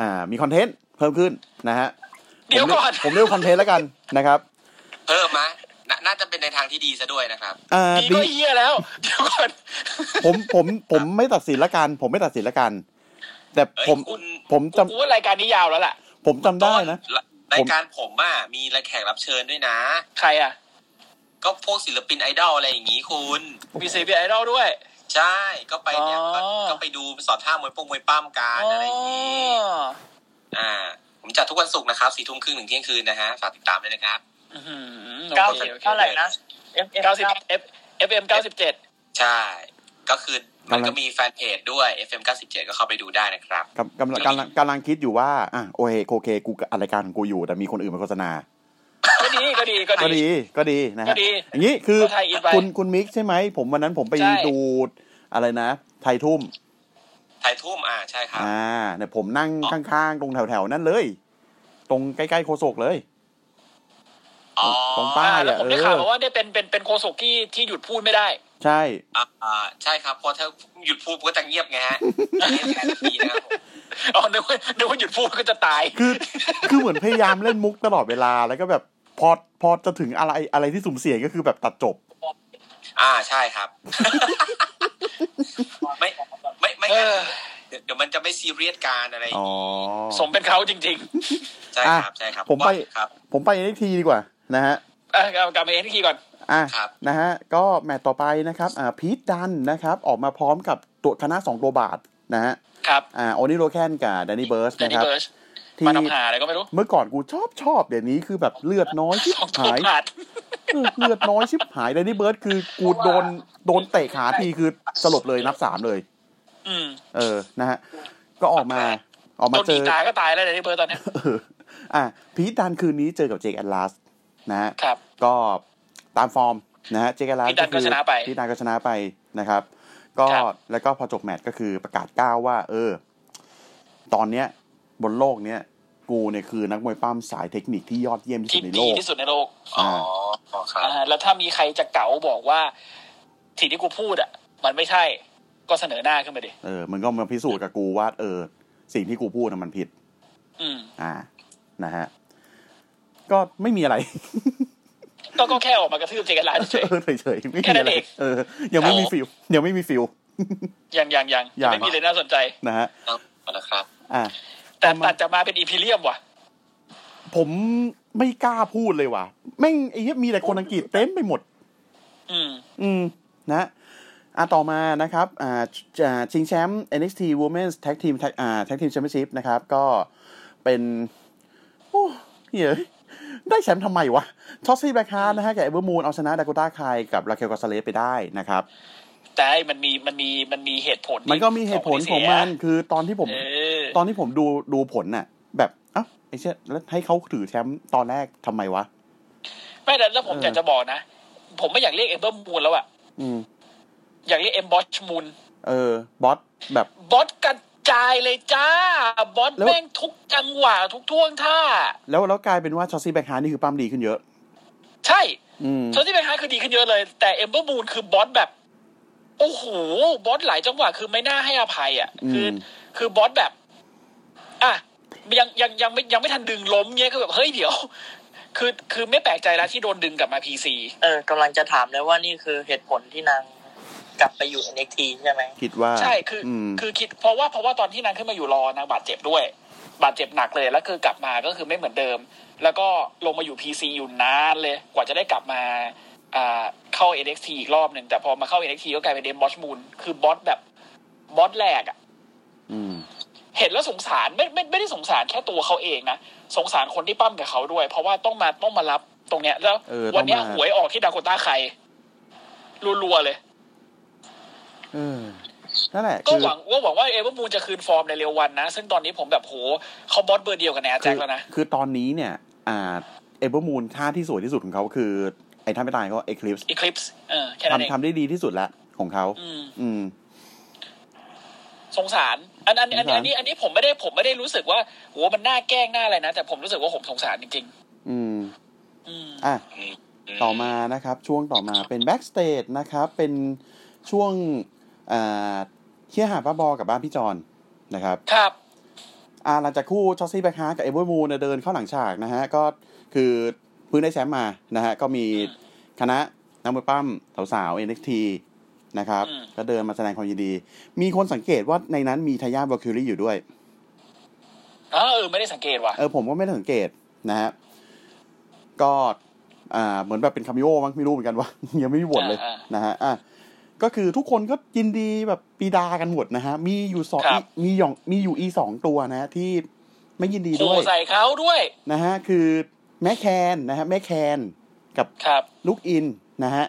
อ่ามีคอนเทนต์เพิ่มขึ้นนะฮะ
เดี๋ยวก่อน
ผมเรียกคอนเทนต์แล้วกันนะครับ
เพิ่มมะน่าน่าจะเป็นในทางที่ดีซะด้วยนะครับ
อ่า
ดี
ดี
ก็เหี้ยแล้ว เดี๋ยวก่อน
ผมผมผมไม่ตัดสินละกัน ผมไม่ตัดสินละกัน แต่
เอ้ย
ผม
คุณ
ผมจำ
กูว่ารายการนี้ยาวแล้วล่ะ
ผมจำได้นะ
ต้รายการผมอ่ะมีรายแขกรับเชิญด้วยนะ
ใครอ่ะ
ก็พวกศิลปินไอดอลอะไรอย่างงี้คุณ
มีเซบีไอดอลด้วย
ใช่ก็ไปเนี่ย
อ๋อ
ก็ก็ไปดูสอนท่ามวยปงมวยป้ามกันอะไรอย่างงี้อ่า ผมจัดทุกวันศุกร์นะครับสี่ทุ่มครึ่งถึงเที่ยงคืนนะฮะฝากติดตามด้วยนะครับ
อื้อหือ
เก้า
โอค
สิบ
โอค
เท่าไหร่นะ FM
เก้าสิบ F FM เก้าสิบเจ็ด
ใช่ ก็คือมัน
กำลัง
ก็มีแฟนเพจด้วย FM 97ก็เข้าไปดูได้นะครับ
กำกำลังกำลังกำลังคิดอยู่ว่าอ่ะโอเคโอเคกูอัดรายการของกูอยู่แต่มีคนอื่นมาโฆษณา
ก็ดีก็ดีก็
ก็
ดี
ดีก็ดีนะ
ก็
ฮะ
ดี
อย่างนี้คือ
ก็ไทยอินไป
คุณคุณมิกใช่ไหมผมวันนั้นผมไป
ใช่
ดูอะไรนะ ไทยทุ่ม
ไทยทุ่มอ่าใช่ครับ
อ่าเนี่ยผมนั่ง
อ๋อ
ข้างๆ ตรงแถวๆ นั่นเลย ตรงใกล้ๆโคศกเลย
อ๋อ
ของป้า
อ่า
ใช่
แล้วผมได้
เออ
ข่าวมาว่าได้เป็นเป็นเป็นโคศกที่ที่หยุดพูดไม่ได้
ใช่
อ่าอ่าใช่ครับเพอถ้าหยุดพูดก็จะเงียบไงฮะนี่แหละดีนะครับผม
อ๋อนึกว่านึกว่าหยุดพูดก็จะตาย
คือคือเหมือนพยายามเล่นมุกตลอดเวลาแล้วก็แบบพอพอจะถึงอะไรอะไรที่สุ่มเสี่ยงก็คือแบบตัดจบ
อ่าใช่ครับ
<laughs>
ไม่ไม่ไม่
เอ
งั้น
อ
เดี๋ยวเดี๋ยวมันจะไม่ซีเรียสการอะไร
อ๋อ
สมเป็นเขาจริง
ใช่ครับใช่ครับ
ผมไป
ครับ
ผมไปทีดีกว่านะฮะ
ๆอ่ะเอากลับมาเอ็นทีก่อน
อ่ะ
ครับ
นะฮะ ก็แมตต์ต่อไปนะครับอ่าพีทดันนะครับ ออกมาพร้อมกับตัวคณะสองตัวบาทนะฮะ
ครับ
อ่าโอนิโรแคนกับแดนนี่เบิร์ส
เด
นะ
นนี่
ครับ
เบิร์ช
ที่
มาทำหาอะไรก็ไม่รู้
เมื่อก่อนกูชอบชอบเดี๋ยวนี้คือแบบเลือดน้อยชิบ
สองตัว <laughs>
หาย
ขาด
เออเลือดน้อยชิบหายเลยนี่เบิร์ดคือกูโดนโดนเตะขาทีคือสลบเลยนับสามเลย
อืม
เออนะฮะ ก็ออกมาออกมา
ต้น
เจ
หนี
อ
ตายก็ตายแล้วเดนนี่เบิร์ชตอนเนี้ย
<laughs> เอออ่ะพีทดันคืนนี้เจอกับเจคแอนลาสนะฮะ
ครับ
ก็ตามฟอร์มนะฮะเจคแอนลาส
พีทดันก็ชนะไป
พีทดันก็ชนะไปนะครับ ก็
ครับ
แล้วก็พอจบแมตช์ก็คือประกาศก้าวว่า เออ ตอนเนี้ย บนโลกเนี้ยกูเนี่ยคือนักมวยปั้มสายเทคนิคที่ยอดเยี่ยมที่สุด
ที่
ในโล
ดี
ก
ที่สุดในโลก
อ๋อ
อ่า
ครับ
อ่าแล้วถ้ามีใครจะเก๋าบอกว่าสิ่งที่กูพูดอ่ะ มันไม่ใช่ก็เสนอหน้าขึ้นมาดิ
เออ มันก็มาพิสูจน์กับกูว่า เออ สิ่งที่กูพูดน่ะมันผิด
อืม
อ่า นะฮะ ก็ไม่มีอะไร
ก็ก็แค่ออกมากระทืบเจกันลาเฉย
เออเฉยๆ ไม่
แค่
มี
นั้
อะ
น
ไร
เอง
เออ ยังไม่มีฟิล ยังไม่มีฟิล
ๆยังยังยัง
ยัง
ไม่มีเลยน่าสนใจ
นะฮะ
ครับนะครับ
อ่า
แต่
ประมาณ
ตัดจะมาเป็นอีพีเรียมว่ะ
ผมไม่กล้าพูดเลยว่ะ แม่งไอ้เหี้ยมีแต่คนอังกฤษเต็มไปหมด
อืม
อืม นะฮะอ่ะต่อมานะครับ อ่าจะชิงแชมป์ NXT Women's Tag Team Tag- อ่า Tag Team Championship นะครับ ก็เป็นโอ้เหี้ยได้แชมป์ทำไมวะท็อซี่แบคฮาร์นะฮะกับเอเวอร์มูนเอาชนะดาก o ต้าคายกับราเคลกอสเลสไปได้นะครับ
แต่ไอ้มันมีมันมีมันมีเหตุผล
มันก็มีเหตุผลของมันคือตอนที่ผม
เออ
ตอนที่ผมดูดูผลน่ะ แบบเอ้าไอ้เชี่ยแล้วให้เขาถือแชมป์ตอนแรกทำไมวะ
ไม่แต่แล้วผม
เออ
อ
อ
ยากจะบอกนะ ผมไม่อยากเรียกเอมเบอร์มูนแล้วอ่ะ
อืม
อยากเรียกเอ็มบอชมูน
เออบอสแบบ
บอสกระจายเลยจ้า บอส
แล้ว
แม่งทุกจังหวะทุกท่วงท่า
แล้วแล้วกลายเป็นว่าชอสซี่แบคฮาร์นี่คือปั้มดีขึ้นเยอะ
ใช่
อืม
โซนที่เป็นฮาคือดีขึ้นเยอะเลย แต่เอมเบอร์มูนคือบอสแบบ โอ้โห บอสหลายจังหวะคือไม่น่าให้อภัยอ่ะ คืออ
ม
คือบอสแบบ อ่ะยังยังยังไม่ยังไม่ทันดึงล้มเงี้ยก็แบบเฮ้ยเดี๋ยว คือคือไม่แปลกใจแล้วที่โดนดึงกลับมาพีซี
เออกำลังจะถามเลยว่านี่คือเหตุผลที่นางกลับไปอยู่ NXT ใช่ไหม
คิดว่า
ใช่คืออ
ม
คือคิดเพราะว่าเพราะว่าตอนที่นางขึ้นมาอยู่รอนางบาดเจ็บด้วย บาดเจ็บหนักเลยแล้วคือกลับมาก็คือไม่เหมือนเดิม แล้วก็ลงมาอยู่พีซีอยู่นานเลย กว่าจะได้กลับมา อ่าเข้า NXT อีกรอบหนึ่งแต่พอมาเข้า NXT ก็กลายเป็นเดมบอสมูนคือบอสแบบบอสแรกอะ
อืม
เห็นแล้วสงสารไม่ไม่ไม่ได้สงสารแค่ตัวเขาเองนะสงสารคนที่ปั้มกับเขาด้วย เพราะว่าต้องมาต้องมารับตรงเนี้ย แล้ว
เออต้องมา
วันเนี้ยหวยออกที่ดาโกต้าใครรัวๆเลย
เออนั่นแหละ
ก็
คือ
หวังก็หวังว่าเอเวอร์มูนจะคืนฟอร์มในเร็ววันนะ ซึ่งตอนนี้ผมแบบโหเขาบอสเบอร์เดียวกับแนแจ็คแล้วนะ
คือตอนนี้เนี่ยอ่าเอเบอร์มูนท่าที่สวยที่สุดของเขาคือ ไอ้ท่าไม่ตายก็เอคลิปส์
Eclipse เออแค่นั้นเอง
ทำทำได้ดีที่สุดละของเขา
อืม
อืม
สงสาร อันอัน
ส
อัน
งสาร
อันนี้อันนี้ผมไม่ได้ผมไม่ได้รู้สึกว่าโหมันน่าแกล้งน่าอะไรนะ แต่ผมรู้สึกว่าผมสงสารจริง
อืม
ๆ อืม
อ่ะ ต่อมานะครับ ช่วงต่อมาเป็นแบ็กสเตจนะครับ เป็นช่วงอ่าเที่ยหาป้าบอกับบ้านพี่จอนนะครับ
ครับ
อ่าหลังจากคู่ชอสซี่แบ็คฮาร์ทกับเอเวอร์มูนเดินเข้าหลังฉากนะฮะ ก็คือเพื้นได้แชมป์มานะฮะ ก็มีคณะนักมวยปั้มสาวๆ NXT นะครับ
อืม
ก็เดินมาแสดงความยินดี มีคนสังเกตว่าในนั้นมีทายาทวอลคิวรี่อยู่ด้วย
อ๋อเออไม่ได้สังเกตว่ะ
เออผมก็ไม่ได้สังเกตนะฮะ ก็อ่าเหมือนแบบเป็นคาเมิโอมั้งไม่รู้เหมือนกันว่า <laughs> ยังไม่มีบทเลยนะฮะอ่ะก็คือทุกคนก็ยินดีแบบปีดากันหมดนะฮะ มีอยู่สองมีหยองมีอยู่อีสองตัวนะฮะที่ไม่ยินดี
โห
ด้วย
ใส่เขาด้วย
นะฮะคือแม่แคนนะฮะแม่แคนกับ
ครับ
ลูกอินนะฮะ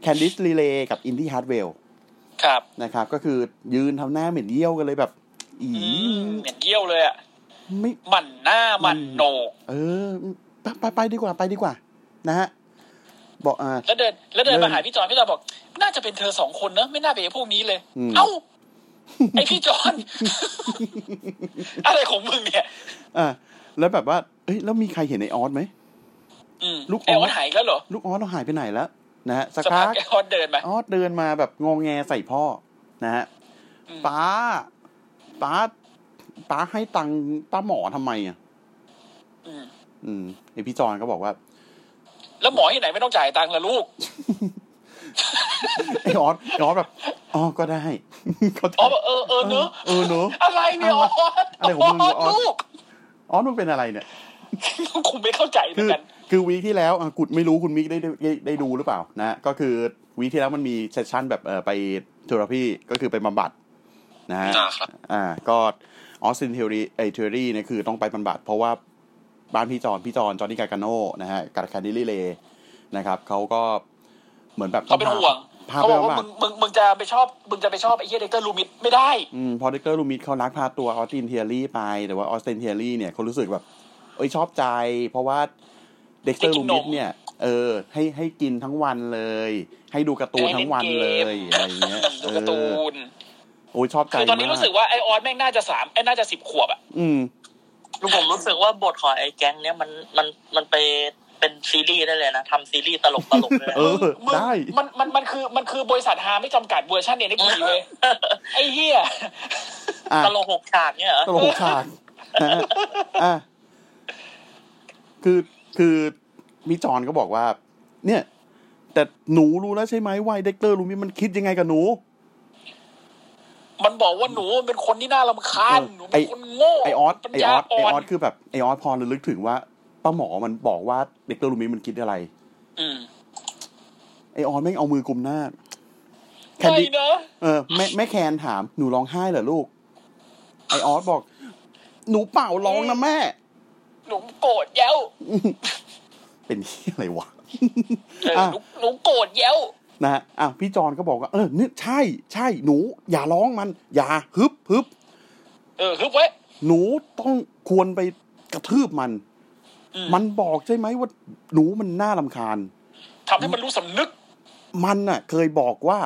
แคนดิสลีเลกับอินดี้ฮาร์ดเวล
ครับ
นะครับก็คือยืนทำหน้าเหม็นเยี่ยวกันเลยแบบ อี
อืมเหม็นเกี้ยวเลยอ่ะ
ไม่
หมันหน้าหมันโหนก
เออไปไปไปดีกว่าไปดีกว่านะฮะบอกอ่า
แล้วเดิน แล้วเดิน
เดิน
มาหาพี่จอนพี่จอนบอก น่าจะเป็นเธอสองคนเนอะไม่น่าเป็นไอ้พวกนี้เลย
อืม
เอ้า ไอพี่จอน
<laughs>
อะไรของมึงเนี่ย
อ่าแล้วแบบว่าเอ้ยแล้วมีใครเห็นไอออสไหม
อืม
ลูกออส
ไอออสหายอีกแล้วเหรอ
ลูกออสเราหายไปไหนแล้วนะฮะสัก
สัก
พั
พัก
ก
ไอออสเดินมา
ออสเดินมาแบบงงแงใส่พ่อนะฮะ
อืม
ป้าป้าป้าให้ตังค์ป้าหมอทำไมอ่ะ
อืม
อืมไอพี่จอนก็บอกว่า <laughs>
แล้วหมอที่ไหนไม่ต้องจ่ายตังค์ละลูก
ไอออสไอออสแบบอ๋อก็ได้ <laughs> เขาใจ
อ๋อเออเออเนอะ
เออเนอะ
อะไรเนี่ยออส
อะไรของมึงออส
ลูก
ออสมันเป็นอะไรเนี่ย
คุณไม่เข้าใจเหมื
คื
อน
อ
กัน
คือวีคที่แล้วอ่ะกุดไม่รู้คุณมิกได้ได้ได้ได้ดูหรือเปล่านะ ก็คือวีคที่แล้วมันมีเซสชั่นแบบเออไปเทอราพีก็คือไปบำบัดนะฮะ
อ่าครับ
อ่า ก็ออสซินเทอรีไอเทอรี่เนี่ยคือต้องไปบำบัดเพราะว่าบ้านพี่จอนพี่จอนจอนนี่กากาโน่นะฮะกับแคนดิลี่เลนะครับเขาก็เหมือนแบบ
เขาเป็นห่วง
พา
เขา
ไป
บอกว่า
บำบั
มึ
ด
งมึงมึงจะไปชอบมึงจะไปชอบไอ้เฮียเด็กเตอร์ลูมิดไม่ได้
อืมพอเดกเกอร์ลูมิดเขารักพาตัวออสตินเทียรี่ไป แต่ว่าออสตินเทียรี่เนี่ยเขารู้สึกแบบ เอ้ยชอบใจ เพราะว่าเด็กเตอร์
ให้กิ
ลู
น
มิด
นม
เนี่ย เออ ให้ให้กินทั้งวันเลย ให้ดูการ์ตูน
ให้เล่น
ทั้งวันเลย
เกม
อะไรอย่างเงี้ย
ดูการ์ตู
เออน โอ้ยชอบใจ
คือตอนนี้
มา
รู้สึกว่าไอออสแม่งน่าจะสามไอน่าจะสิบขวบอะ
อืม
คือผมรู้สึกว่าบทของไอ้แก๊งเนี้ยมันมันมันไปเป็นซีรีส์ได้เลยนะทำซีรีส์ตลกตลกๆเลยนะ
เออ
มึง
ได้
มันมันมันคือมันคือบริษัทฮาไม่จำกัดเวอร์ชันเอ็นเอ็กซ์เลยไอเฮีย
อ่ะ
ตลกหกฉากเนี่ยเหรอ
ตลกฉากนะฮะอ่ะคือคือมีจอนก็บอกว่า เนี่ย แต่หนูรู้แล้วใช่ไหมว่าเด็กเตอร์ลูมิดมันคิดยังไงกับหนู
มันบอกว่าหนูเป็นคนที่น่ารำคาญ
เออ
หนูเป็น
ไอ้
คนโง่
ไอออส
ปัญ
ไอ
ญา
ออสไอออส
น
คือแบบไอออสพอระลึกถึงว่าป้าหมอมันบอกว่าเด็กเตอร์ลูมินมันคิดอะไร
อืม
ไอออสแม่งเอามือกลุมหน้าแคน
ใช่
ดิ
เนอะ
เออแม่แม่แคนถามหนูร้องไห้เหรอลูก ไอออสบอก หนูเปล่าร้องนะแม่
หนูโกรธแย้ว
เป็นเหี้ยอะไรวะ
เออ
อ่ะ
หนูหนูโกรธแย้ว
นะฮะอ่ะพี่จอนก็บอกว่าเออเนี่ยใช่ ใช่ หนู อย่าร้องมัน อย่าฮึบฮึบ
เออฮึบไว้
หนูต้องควรไปกระทืบมัน
อืม
มันบอกใช่ไหมว่าหนูมันน่ารำคาญ
ทำให้มันรู้สำนึก
มันน่ะ เคยบอกว่า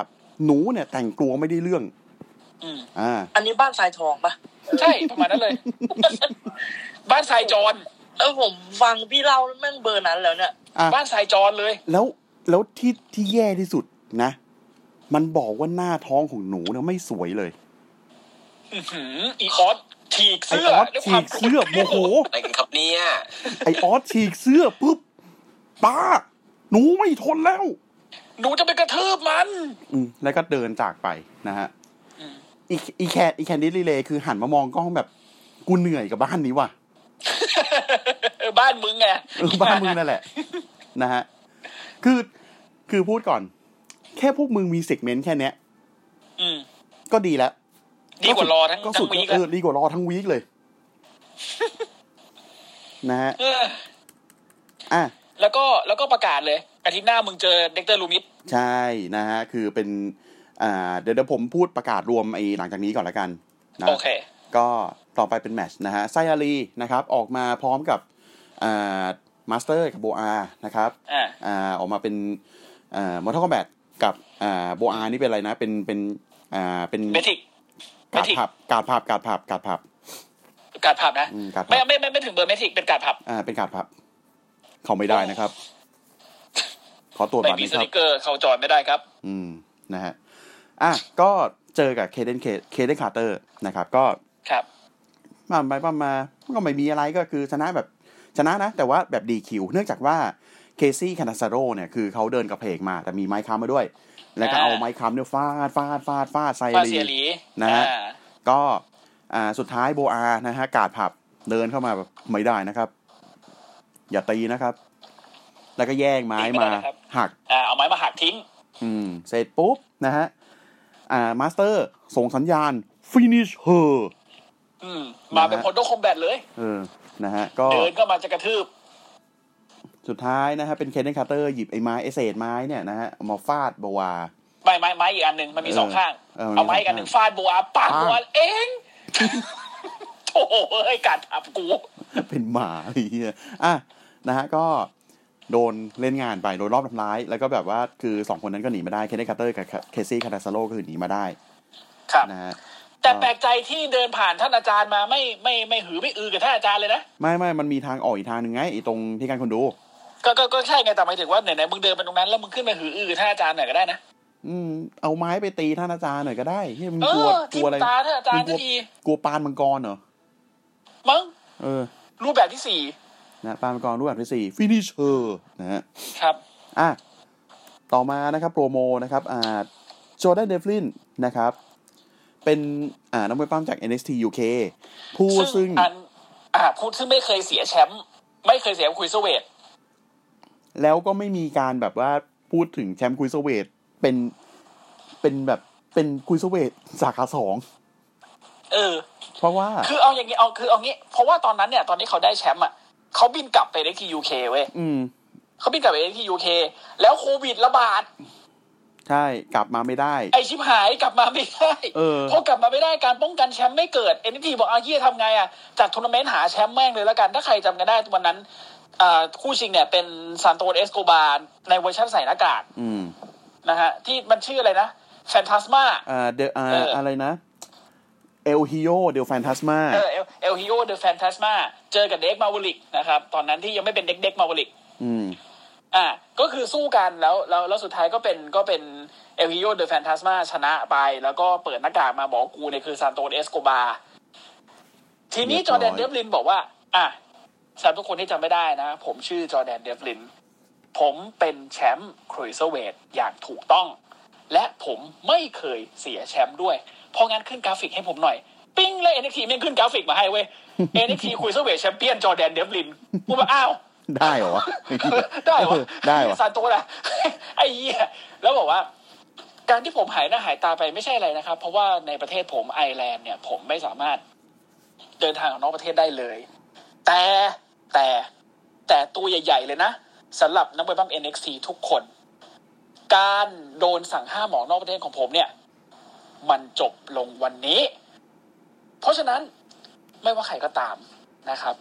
หนูเนี่ย แต่งตัวไม่ได้เรื่อง
อืม
อ่า
อันนี้บ้านทรายทองปะ
ใช่ประมาณนั้
<laughs>
นเลย บ้านทรายจร
เออผมฟังพี่เล่าแล้วแม่งเบอร์นั้นแล้วเนี่ย
อ่ะ
บ้านทรายจรเลย
แล้วแล้วที่ที่แย่ที่สุดนะ มันบอกว่าหน้าท้องของหนูเนี่ยไม่สวยเลย
อื้อหืออีออสฉีก
ไอ
เสื้
อ
อ
อส
ด้วยค
ฉี
วาม
กเสื้อโมโห
อะไรกันครับเนี่ย
ไอออสฉีกเสื้อปุ๊บป้า หนูไม่ทนแล้ว
หนูจะไปกระทืบมัน <laughs>
อืมแล้วก็เดินจากไปนะฮะ
อืม
อีอีแคนอีแคนดิสลีเลย์คือหันมามองกล้องแบบ กูเหนื่อยกับบ้านนี้
<laughs>
ว่ะ
เออบ้านมึงไง
เออบ้านมึงนั่นแหละ นะฮะ คือ คือพูดก่อน แค่พวกมึงมีเซกเมนต์แค่เนี้ย
อืม
ก็ดีแล้ว
ดีกว่ารอทั้ง
ก็
ทั้
สุ
ง
ด
วีก
เอ
แล้ว
อดีกว่ารอทั้งวีค
<laughs>
เลย นะฮะ
เออ
อ่ะ
แล้วก็แล้วก็ประกาศเลย อาทิตย์หน้ามึงเจอเด็กเตอร์ลูมิด
ใช่นะฮะ คือเป็น อ่า เดี๋ยวเดี๋ยวผมพูดประกาศรวมไอ้หลังจากนี้ก่อนละกันนะ
โอเค
ก็ต่อไปเป็นแมตชนะฮะไซอารีนะครับ ออกมาพร้อมกับ อ่า มาสเตอร์กับโบอานะครับ
อ่า
อ่า ออกมาเป็น อ่ามอเตอร์คอมแบทกับ อ่า โบอานี่เป็นอะไรนะ เป็น เป็น อ่า เป็น
เมทิก
กาดผับกาดผับกาดผับกาดผับ
การดผับนะ
อืมการดผับ
ไม่ไม่ไม่ไม่ถึงเบอร์เมทิกเป็นการดผับ
อ่า เป็นกาดผับ เขาไม่ได้นะครับ ขอตรวจ
ไม่
บัตร
มี
นะค
ส
รับ
ติกเกอร์เข้าจอยไม่ได้ครับ
อืม นะฮะ อ่ะ ก็เจอกับเคเดนเคเคเดนคาร์เตอร์นะครับ ก็
ครับ
มาไปมามาก็ไม่มีอะไรก็คือชนะแบบชนะนะ แต่ว่าแบบดีคิว เนื่องจากว่าเคซี่คานาซาโร่เนี่ย คือเขาเดินกระเพกมา แต่มีไม้ค้ำมาด้วย แล้วก็เอาไม้ค้ำเนี่ยฟาดฟาดฟาดฟาดไซ
ฟา
รี
เซียหลี
นะฮะ
อ่า
ก็อ่าสุดท้ายโบอานะฮะ กาดผับเดินเข้ามาแบบไม่ได้นะครับ อย่าตีนะครับ แล้วก็แย่งไม้มาหัก
อ่าเอาไม้มาหักทิ้ง
อืม เสร็จปุ๊บ นะฮะ อ่า มาสเตอร์ ส่งสัญญาณ finish her
อืม มาเป็น
นะฮะ
พลโดคอมแบทเลย
เออ นะฮะ ก็
เดินก็มาจะกระทืบ
สุดท้ายนะฮะ เป็นเคนเดนคาร์เตอร์ หยิบไอ้ไม้ไอ้เศษไม้เนี่ยนะฮะเอามาฟาดบวา
ไม้ไม้ไม้อีกอันหนึ่งมันมี
เออ
สองข้าง
เออมันมี
เอาไม้อีก
สองข้าง
อันหนึ่งฟาดบัวปาก
ปาก
บัวเอง <laughs> โถ่เอ้ยการถับกู
เป็นหมาอะไรเงี้ยอ่ะ นะฮะ ก็โดนเล่นงานไป โดนรอบทำร้าย แล้วก็แบบว่า คือสองคนนั้นก็หนีมาได้ เคนเดนคาร์เตอร์กับเคซี่ คาราซาโร่ก็คือหนีมาได้
ครับ
นะฮะ
แต่แปลกใจที่เดินผ่านท่านอาจารย์มาไม่ไม่ไม่หือไม่อือกับท่านอาจารย์เลยนะ
ไม่ไม่มันมีทางออกอีกทางหนึ่งไงไอ้ตรงที่การคนดู
ก็ก็ก็ใช่ไงแต่หมายถึงว่าไหนๆมึงเดินไปตรงนั้นแล้วมึงขึ้นมาหืออือกับท่านอาจารย์หน่อยก็ได้นะ
อืม เอาไม้ไปตีท่านอาจารย์หน่อยก็ได้ที่มัน
เอก
ลัว
อก ที
ลัว
ม
อะไร
ตาท่านอาจารย์
กลั
ก็
ว
ดี
กลัวปานมังกรเหรอ
มั้ง
เออ
รูปแบบที่สี่
นะปาล์มกรรูปแบบที่สี่ฟินิชเชอร์นะฮะ
ครับ
อ่ะ ต่อมานะครับ โปรโมนะครับ อ่าโจแดนเดฟลินนะครับ เป็นอ่านักมวยปล้ำจาก NXT UK ผู้ซึ่ง
อันอ่าพูดซึ่งไม่เคยเสียแชมป์ไม่เคยเสียคุยเซเวต
แล้วก็ไม่มีการแบบว่าพูดถึงแชมป์คุยสเวตเป็นเป็นแบบเป็นคุยสเวตสาขาสอง
เออ
เพราะว่า
คือเอาอย่างงี้เอาคือเอางี้ เพราะว่าตอนนั้นเนี่ยตอนที่เขาได้แชมป์อ่ะเขาบินกลับไปเล็กทียูเคเว้ย
อืม
เขาบินกลับไปเล็กทียูเคแล้วโควิดระบาด
ใช่กลับมาไม่ได้
ไอชิบหายกลับมาไม่ได้
เออ
พอกลับมาไม่ได้การป้องกันแชมป์ไม่เกิดเอ็นทีบอกเอาเฮียทำไงอ่ะจัดทัวร์นาเมนต์หาแชมป์แม่งเลยละกัน ถ้าใครจำกันได้วันนั้นอ่าคู่ชิงเนี่ยเป็นซานโตเอสโกบาร์ในเวอร์ชันใส่หน้ากาก
อืม
นะฮะที่มันชื่ออะไรนะแฟนตาสมา
อ่าเดอะอ่า
เอออ
อะไรนะเอลฮิโอเดลแฟนทัสมา
เออเอลฮิโอเดอะแฟนตาสมาเจอกับเด็กมาวลิกนะครับ ตอนนั้นที่ยังไม่เป็นเด็กเด็กมาวลิก
อืม
อ่ะก็คือสู้กันแล้วแล้วแล้วสุดท้ายก็เป็นก็เป็นเอลฮิโอเดอะแฟนตาสมาชนะไป แล้วก็เปิดหน้ากากมาบอกกูเนี่ยคือซานโตนเอสโกบาร์ทีนี้จอร์แดน
เรี
เด
ยบร้อย
ฟลินบอกว่า อ่ะสำหรับทุกคนที่จำไม่ได้นะ ผมชื่อจอร์แดนเดฟลิน ผมเป็นแชมป์ครูเซเวตอย่างถูกต้อง และผมไม่เคยเสียแชมป์ด้วย เพราะงั้นขึ้นกราฟิกให้ผมหน่อย ปิ้งเลยเอ็นเอ็กทีม่งขึ้นกราฟิกมาให้เว้ยเอ็นเอ็กทีคุยเซเวตแชมเปี้ยนจอร์แดนเดฟลินกูแบบอ้าว
ได้เหรอวะ
<laughs> ได้วะ
ได้วะ
ซานโตนะ <laughs> ไอ้เหี้ยแล้วบอกว่า การที่ผมหายหน้าหายตาไปไม่ใช่อะไรนะครับ เพราะว่าในประเทศผมไอร์แลนด์เนี่ย ผมไม่สามารถเดินทางออกนอกประเทศได้เลย แต่แต่แต่ตัวใหญ่ ๆ เลยนะสำหรับนักมวยปั้ม NXT ทุกคน การโดนสั่งห้ามออกนอกประเทศของผมเนี่ย มันจบลงวันนี้ เพราะฉะนั้นไม่ว่าใครก็ตามนะครับ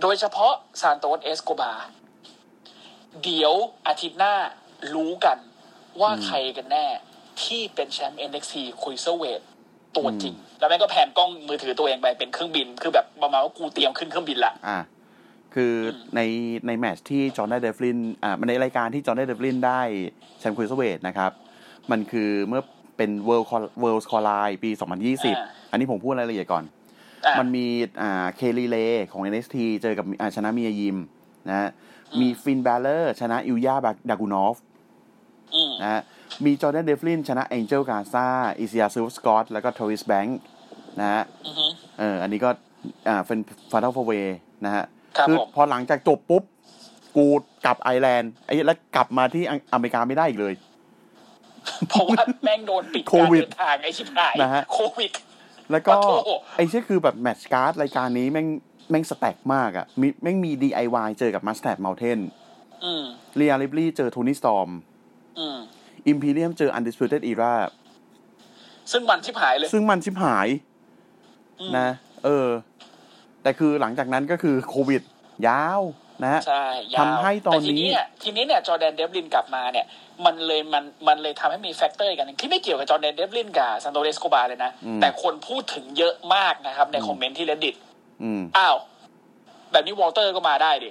โดยเฉพาะซานโตสเอสโกบาร์ เดี๋ยวอาทิตย์หน้ารู้กันว่า
อืม
ใครกันแน่ ที่เป็นแชมป์ NXT คุยเซเวตตัวจริง แล้วแม่งก็แผนกล้องมือถือตัวเองไปเป็นเครื่องบิน คือแบบประมาณว่ากูเตรียมขึ้นเครื่องบินละ
อ่ะคืออในในแมตช์ที่จอห์นได้เดฟลินอ่ามันในรายการที่จอห์นได้เดฟลินได้แชมป์ควีนสเวตนะครับ มันคือเมื่อเป็น World Col- World Collide ปี
า
2020 อันนี้ผมพูดรายละเอียดก่อน
อ่ะ
มันมีอ่าเคลีเลของ NXT เจอกับอ่าชนะมิยายิมนะฮะมีฟินแบลเลอร์ชนะอิลยาบากดากูนอฟ
อืม
นะฮะมีจอร์แดนเดฟลินชนะเอ็นเจลกาซาอิซิยาซิลสกอตแล้วก็ทวิสแบงค์นะฮะ
อือฮึ
เออ อันนี้ก็ อ่า เป็นฟาร์ทเวย์นะฮะ
ครับผม
พอหลังจากจบปุ๊บ กูกลับไอร์แลนด์ไอ้แล้วกลับมาที่อังอเมริกาไม่ได้อีกเลย
เพราะว่า <laughs> แม่งโดนปิด
โค
การ
วิด
เดินทางไอ้ชิบหาย
นะฮะ
โควิด
แล้วก็
ปะโถ
ไอ้เชี่ยคือแบบแมตช์การ์ดรายการนี้แม่งแม่งสแต็กมากอ่ะมีแม่งมี DIY เจอกับ Mustard Mountain
อืม
เรียลิบลี่เจอโทนี่สตอม
อืม
อิมพีเรียมเจอ Undisputed Era
ซึ่งมันชิบหายเลย
ซึ่งมันชิบหาย
อืม
นะ เออ แต่คือหลังจากนั้นก็คือโควิด ยาวนะฮะ
ใช่ยาว
ทำให้ตอนนี้
แทีนี้เนี่ยทีนี้เนี่ยจอร์แดนเดฟลินกลับมาเนี่ย มันเลยมันมันเลยทำให้มีแฟกเตอร์อีกอันหนึ่งที่ไม่เกี่ยวกับจอร์แดนเดฟลินกับซันโดเรสโกบาเลยนะ แต่คนพูดถึงเยอะมากนะครับ ในคอมเมนต์ที่ reddit
อืม <laughs>
อ้าว แบบนี้วอลเตอร์ก็มาได้ดิ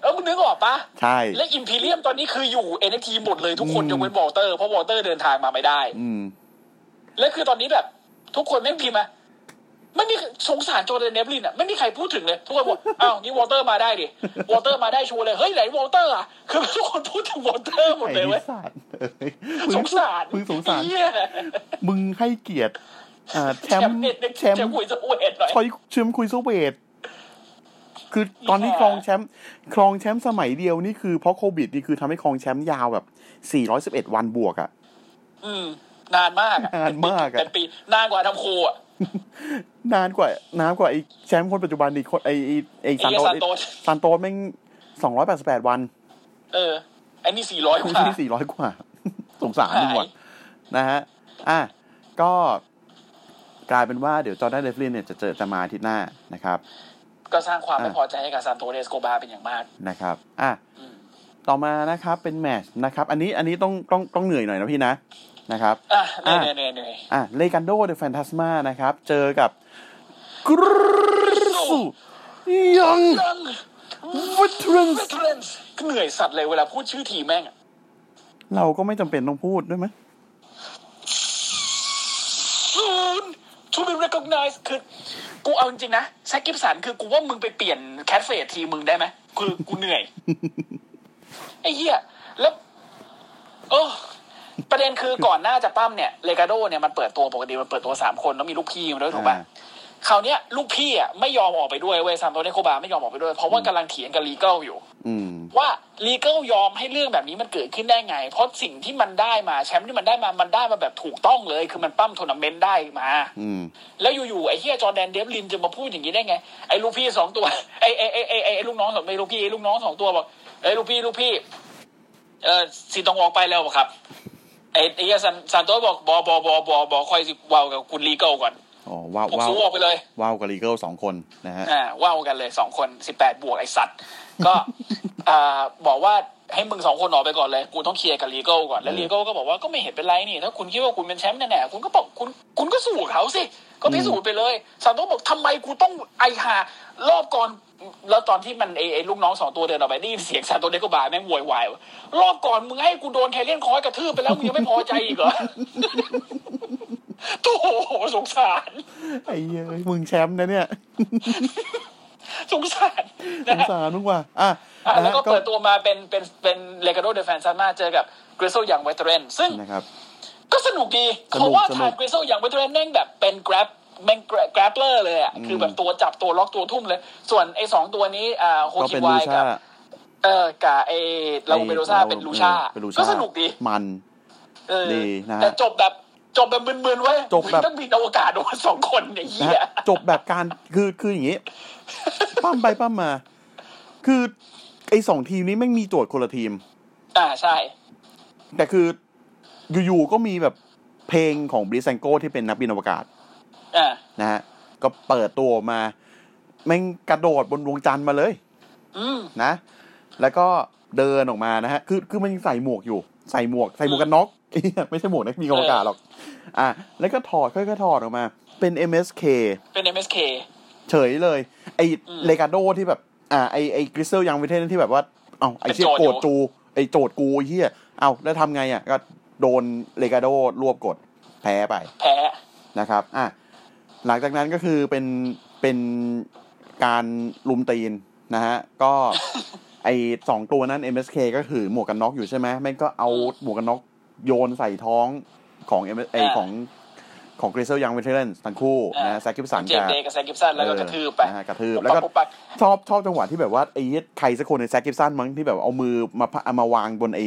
เออมึงนึกออกปะ
ใช่
และอิมพีเรียมตอนนี้คืออยู่ NXT หมดเลยทุกคนยกเว้นวอลเตอร์เพราะวอลเตอร์เดินทางมาไม่ได้
อืม
แล้วคือตอนนี้แบบ ทุกคนแม่งพิมพ์มาไม่มีสงสารโจเดนเนฟลินอ่ะไม่มีใครพูดถึงเลย ทุกคน
<laughs>
บอก อ้าวงี้วอลเตอร์มาได้ดิวอลเตอร์มาได้ชัวร์เลยเฮ้ยไหนวอลเตอร์อ่ะคือทุกคนพูดถึงวอลเตอร์หมดเลยเว้ย
ไอ้นิสสัน
สงสาร
มึงสงสาร
เหี้ย
มึงให้เกียรติอ่าแช
แช
ม
ม
ป์
ป์เน็ต
แช
แช
ม
ม
ป์
ป์คุยสเวทหน่อย
ชอยแชมป์คุยโซเวตคือตอนนี้ครองแชมป์ครองแชมป์สมัยเดียวนี่คือเพราะโควิดนี่คือทำให้ครองแชมป์ยาวแบบ 411 วันบวกอะ
อืม นานมากอะ
นานมากอะ
เป็นปีนานกว่าทำโคอ่ะ
นานกว่านานกว่าไอ้แชมป์คนปัจจุบันอีกคนไอ้ไอ้ไอ้
ไอ้
ซาน
เหี้ย
โต
ซานโตส
สซานโตสแม่ง 288 วัน
เออไอ้นี่สี่ร้อยกว่า
ที่ 400 กว่า <laughs> สงสารมึงว่ะ
หาย
นะฮะ อ่ะ ก็กลายเป็นว่าเดี๋ยวจอร์แดนเดฟลินเนี่ยจะเจอจะมาอาทิตย์หน้านะครับ
ก็สร้างความไม่พอใจให้กับซานโตเรสโกบาเป็นอย่างมาก
นะครับ อ่ะ
อืม
ต่อมานะครับเป็นแมตชนะครับ อันนี้อันนี้ต้องต้องต้องเหนื่อยหน่อยนะพี่นะ นะครับ
อ่ะเหนื่อยเหนื่อยเหนื่อย
อ่ะ เลกันโดเดอะแฟนตาสมานะครับ เจอกับกรสุยังวัตรน
เวทเทรนส์เหนื่อยสัตว์เลยเวลาพูดชื่อทีมแม่งอะ
เราก็ไม่จำเป็นต้องพูดด้วยไหมย
ศูนย์ to be recognized คือ กูเอาจริงๆนะแซคกิฟสันคือกูว่ามึงไปเปลี่ยนแคทเฟสทีมมึงได้ไหมคือกูเหนื่ <laughs> อย ไอ้เหี้ย แล้วโอ้ประเด็นคือก่อนหน้าจะปั้มเนี่ยเลกาโดเนี่ยมันเปิดตัวปกติมันเปิดตัวสามคนแล้วมีลูกพี่มาด้วยถูกป่ะ
อ่า
คราวเนี้ยลูกพี่อ่ะไม่ยอมออกไปด้วยเว้ยซามโตเนโคบาไม่ยอมออกไปด้วยเพราะว่ากำลังเถียงกับลีเกลอยู่
อืม
ว่าลีเกลยอมให้เรื่องแบบนี้มันเกิดขึ้นได้ไง เพราะสิ่งที่มันได้มาแชมป์ที่มันได้มา มันได้มาแบบถูกต้องเลย คือมันปั้มทัวร์นาเมนต์ได้มา
อืม
แล้วอยู่ๆไอ้เฮียจอร์แดนเดฟลินจะมาพูดอย่างนี้ได้ไง ไอ้ลูกพี่สองตัว ไอ้ไอ้ไอ้ไอ้ไอ้ลูกน้องสองไอ้ลูกพี่ไอ้ลูกน้องสองตัวบอกไอ้ยลูกพี่ลูกพี่ เออสีตองออกไปแล้วบอกครับไอ้ไอ้เฮียซันซันโตบอกบอบอบอบอบอคอยสิวาวกับคุณลีเกลก่อน
อ๋อ ว้าว
ผม
ว้าว
สู้ออกไปเลย
ว้าวกับลีเกิลสองคนนะฮะ
อ่าว่าวกันเลยสองคนสิบแปดบวกไอสัตว์
<laughs>
ก็ อ่าบอกว่าให้มึงสองคนออกไปก่อนเลย กูต้องเคลียร์กับลีโก้ก่อน แล้ว
อืม
ลีโก้ก็บอกว่าก็ไม่เห็นเป็นไรนี่ ถ้าคุณคิดว่าคุณเป็นแชมป์แน่ๆคุณก็บอกคุณคุณก็สู้เขาสิ ก็พิสูจน์ไปเลยซานโตบอกทำไมกูต้องไอหารอบก่อน แล้วตอนที่มันไอไอลูกน้องสองตัวเดินออกไปได้ยินเสียงซานโตเดโกบาแม่งโวยวายว่ะรอบก่อนมึงให้กูโดนแคเลียนคอยกระทืบไปแล้วมึงยั
<laughs>
งไม่พอใจอีกเหร <laughs> อ โธ่สงสาร
ไอ้เหี้ยเอ้ยมึงแชมป์นะเนี่ย
สงสาร
ส
นะ
ง
ฮะ
สารมึงว่ะ อ่ะ
อ่ะ
นะ
แล้ว
ฮะ
ก็เปิดตัวมาเป็นเป็นเป็นเลกาโดเดอะแฟนซาน่าเจอกับกริซ l อย่างไวเทเรนซึ่ง
นะครับ
ก็สนุกดี
สนุก
เพราะว่า
สนุก
ทางกริซ l อย่างไวเทเรนแม่งแบบเป็นแกร็บแม่งแกร็บเลอร์เลยอ่ะ
อืม
คือแบบตัวจับตัวล็อกตัวทุ่มเลย ส่วนไอ้สองตัวนี้อ่าโฮ
ก็
คิ
เป็นลู
วาย
ชา
กับเออกับไอ้ลาอูเบโรซา
ไอ้
เป็นลูชา
เออเป็นลูชา
ก็สนุกดี
มัน
เออ
ดีนะฮะ
แต่จบแบบจบแบบมึนๆไว้ย
จบแบบ
ต้องบินอวกาศโดนสองคนเนี่ยเหี้
นะ
ย
ฮะจบแบบการ คือคืออย่างงี้ ปั้มไปปั้มมา คือไอ้สองทีมนี้ไม่งมีโจทย์คนละทีม
อ่าใช่
แต่คืออยู่ๆก็มีแบบเพลงของบริสังโกที่เป็นนักบินอวกาศ
อ่า
นะฮะก็เปิดตัวออกมาแม่งกระโดดบนดวงจันทร์มาเลย
อืม
นะ แล้วก็เดินออกมานะฮะคือคือมันยังใส่หมวกอยู่ ใส่หมวกใส่หมวกกันน็อก <laughs> ไอ้เหี้ยไม่ใช่หมวกนักบินอวกาศหรอกอ่ะแล้วก็ถอดค่อยๆถอดออกมา เป็น MSK
เป็น MSK
เฉยเลย ไอ้
อืม
เลกาโดที่แบบอ่าไอ้ไอ้กริสเซลยังวิเทนที่แบบว่า เอ้าไอ้เชี่ย
เป็น
โก
โจ
ร
ทย์
ธ
อยู่
จูไอ้โจดกูไอ้เหี้ยเอ้าแล้วทำไงอ่ะก็โดนเลกาโดรวบกดแพ้ไป
แพ้
นะครับ อ่ะ หลังจากนั้นก็คือเป็น เป็นการลุมตีนนะฮะ ก็
<laughs>
ไอสองตัวนั้น MSK ก็คือหมวกกันน็อกอยู่ใช่ไหมแม่งก็เอาหมวกกันน็อกโยนใส่ท้องของ MS ไอของ ของกร a เซลยังเวเทเลนทั้งคู่
อ่าน
นะแซคกิฟสัน
เจม
กับ
ส์เดย์กับแซคกิฟสันแล้วก็กระทืบไป
เออนะฮะกระทืบแล้วก็
ปุ๊บปั๊บปุ๊บปั๊บ
ชอบชอบจังหวะที่แบบว่าไอ้เหี้ยใครสักคนในแซคกิฟสันมั้งที่แบบเอามือมาพะเอามาวางบนไอ้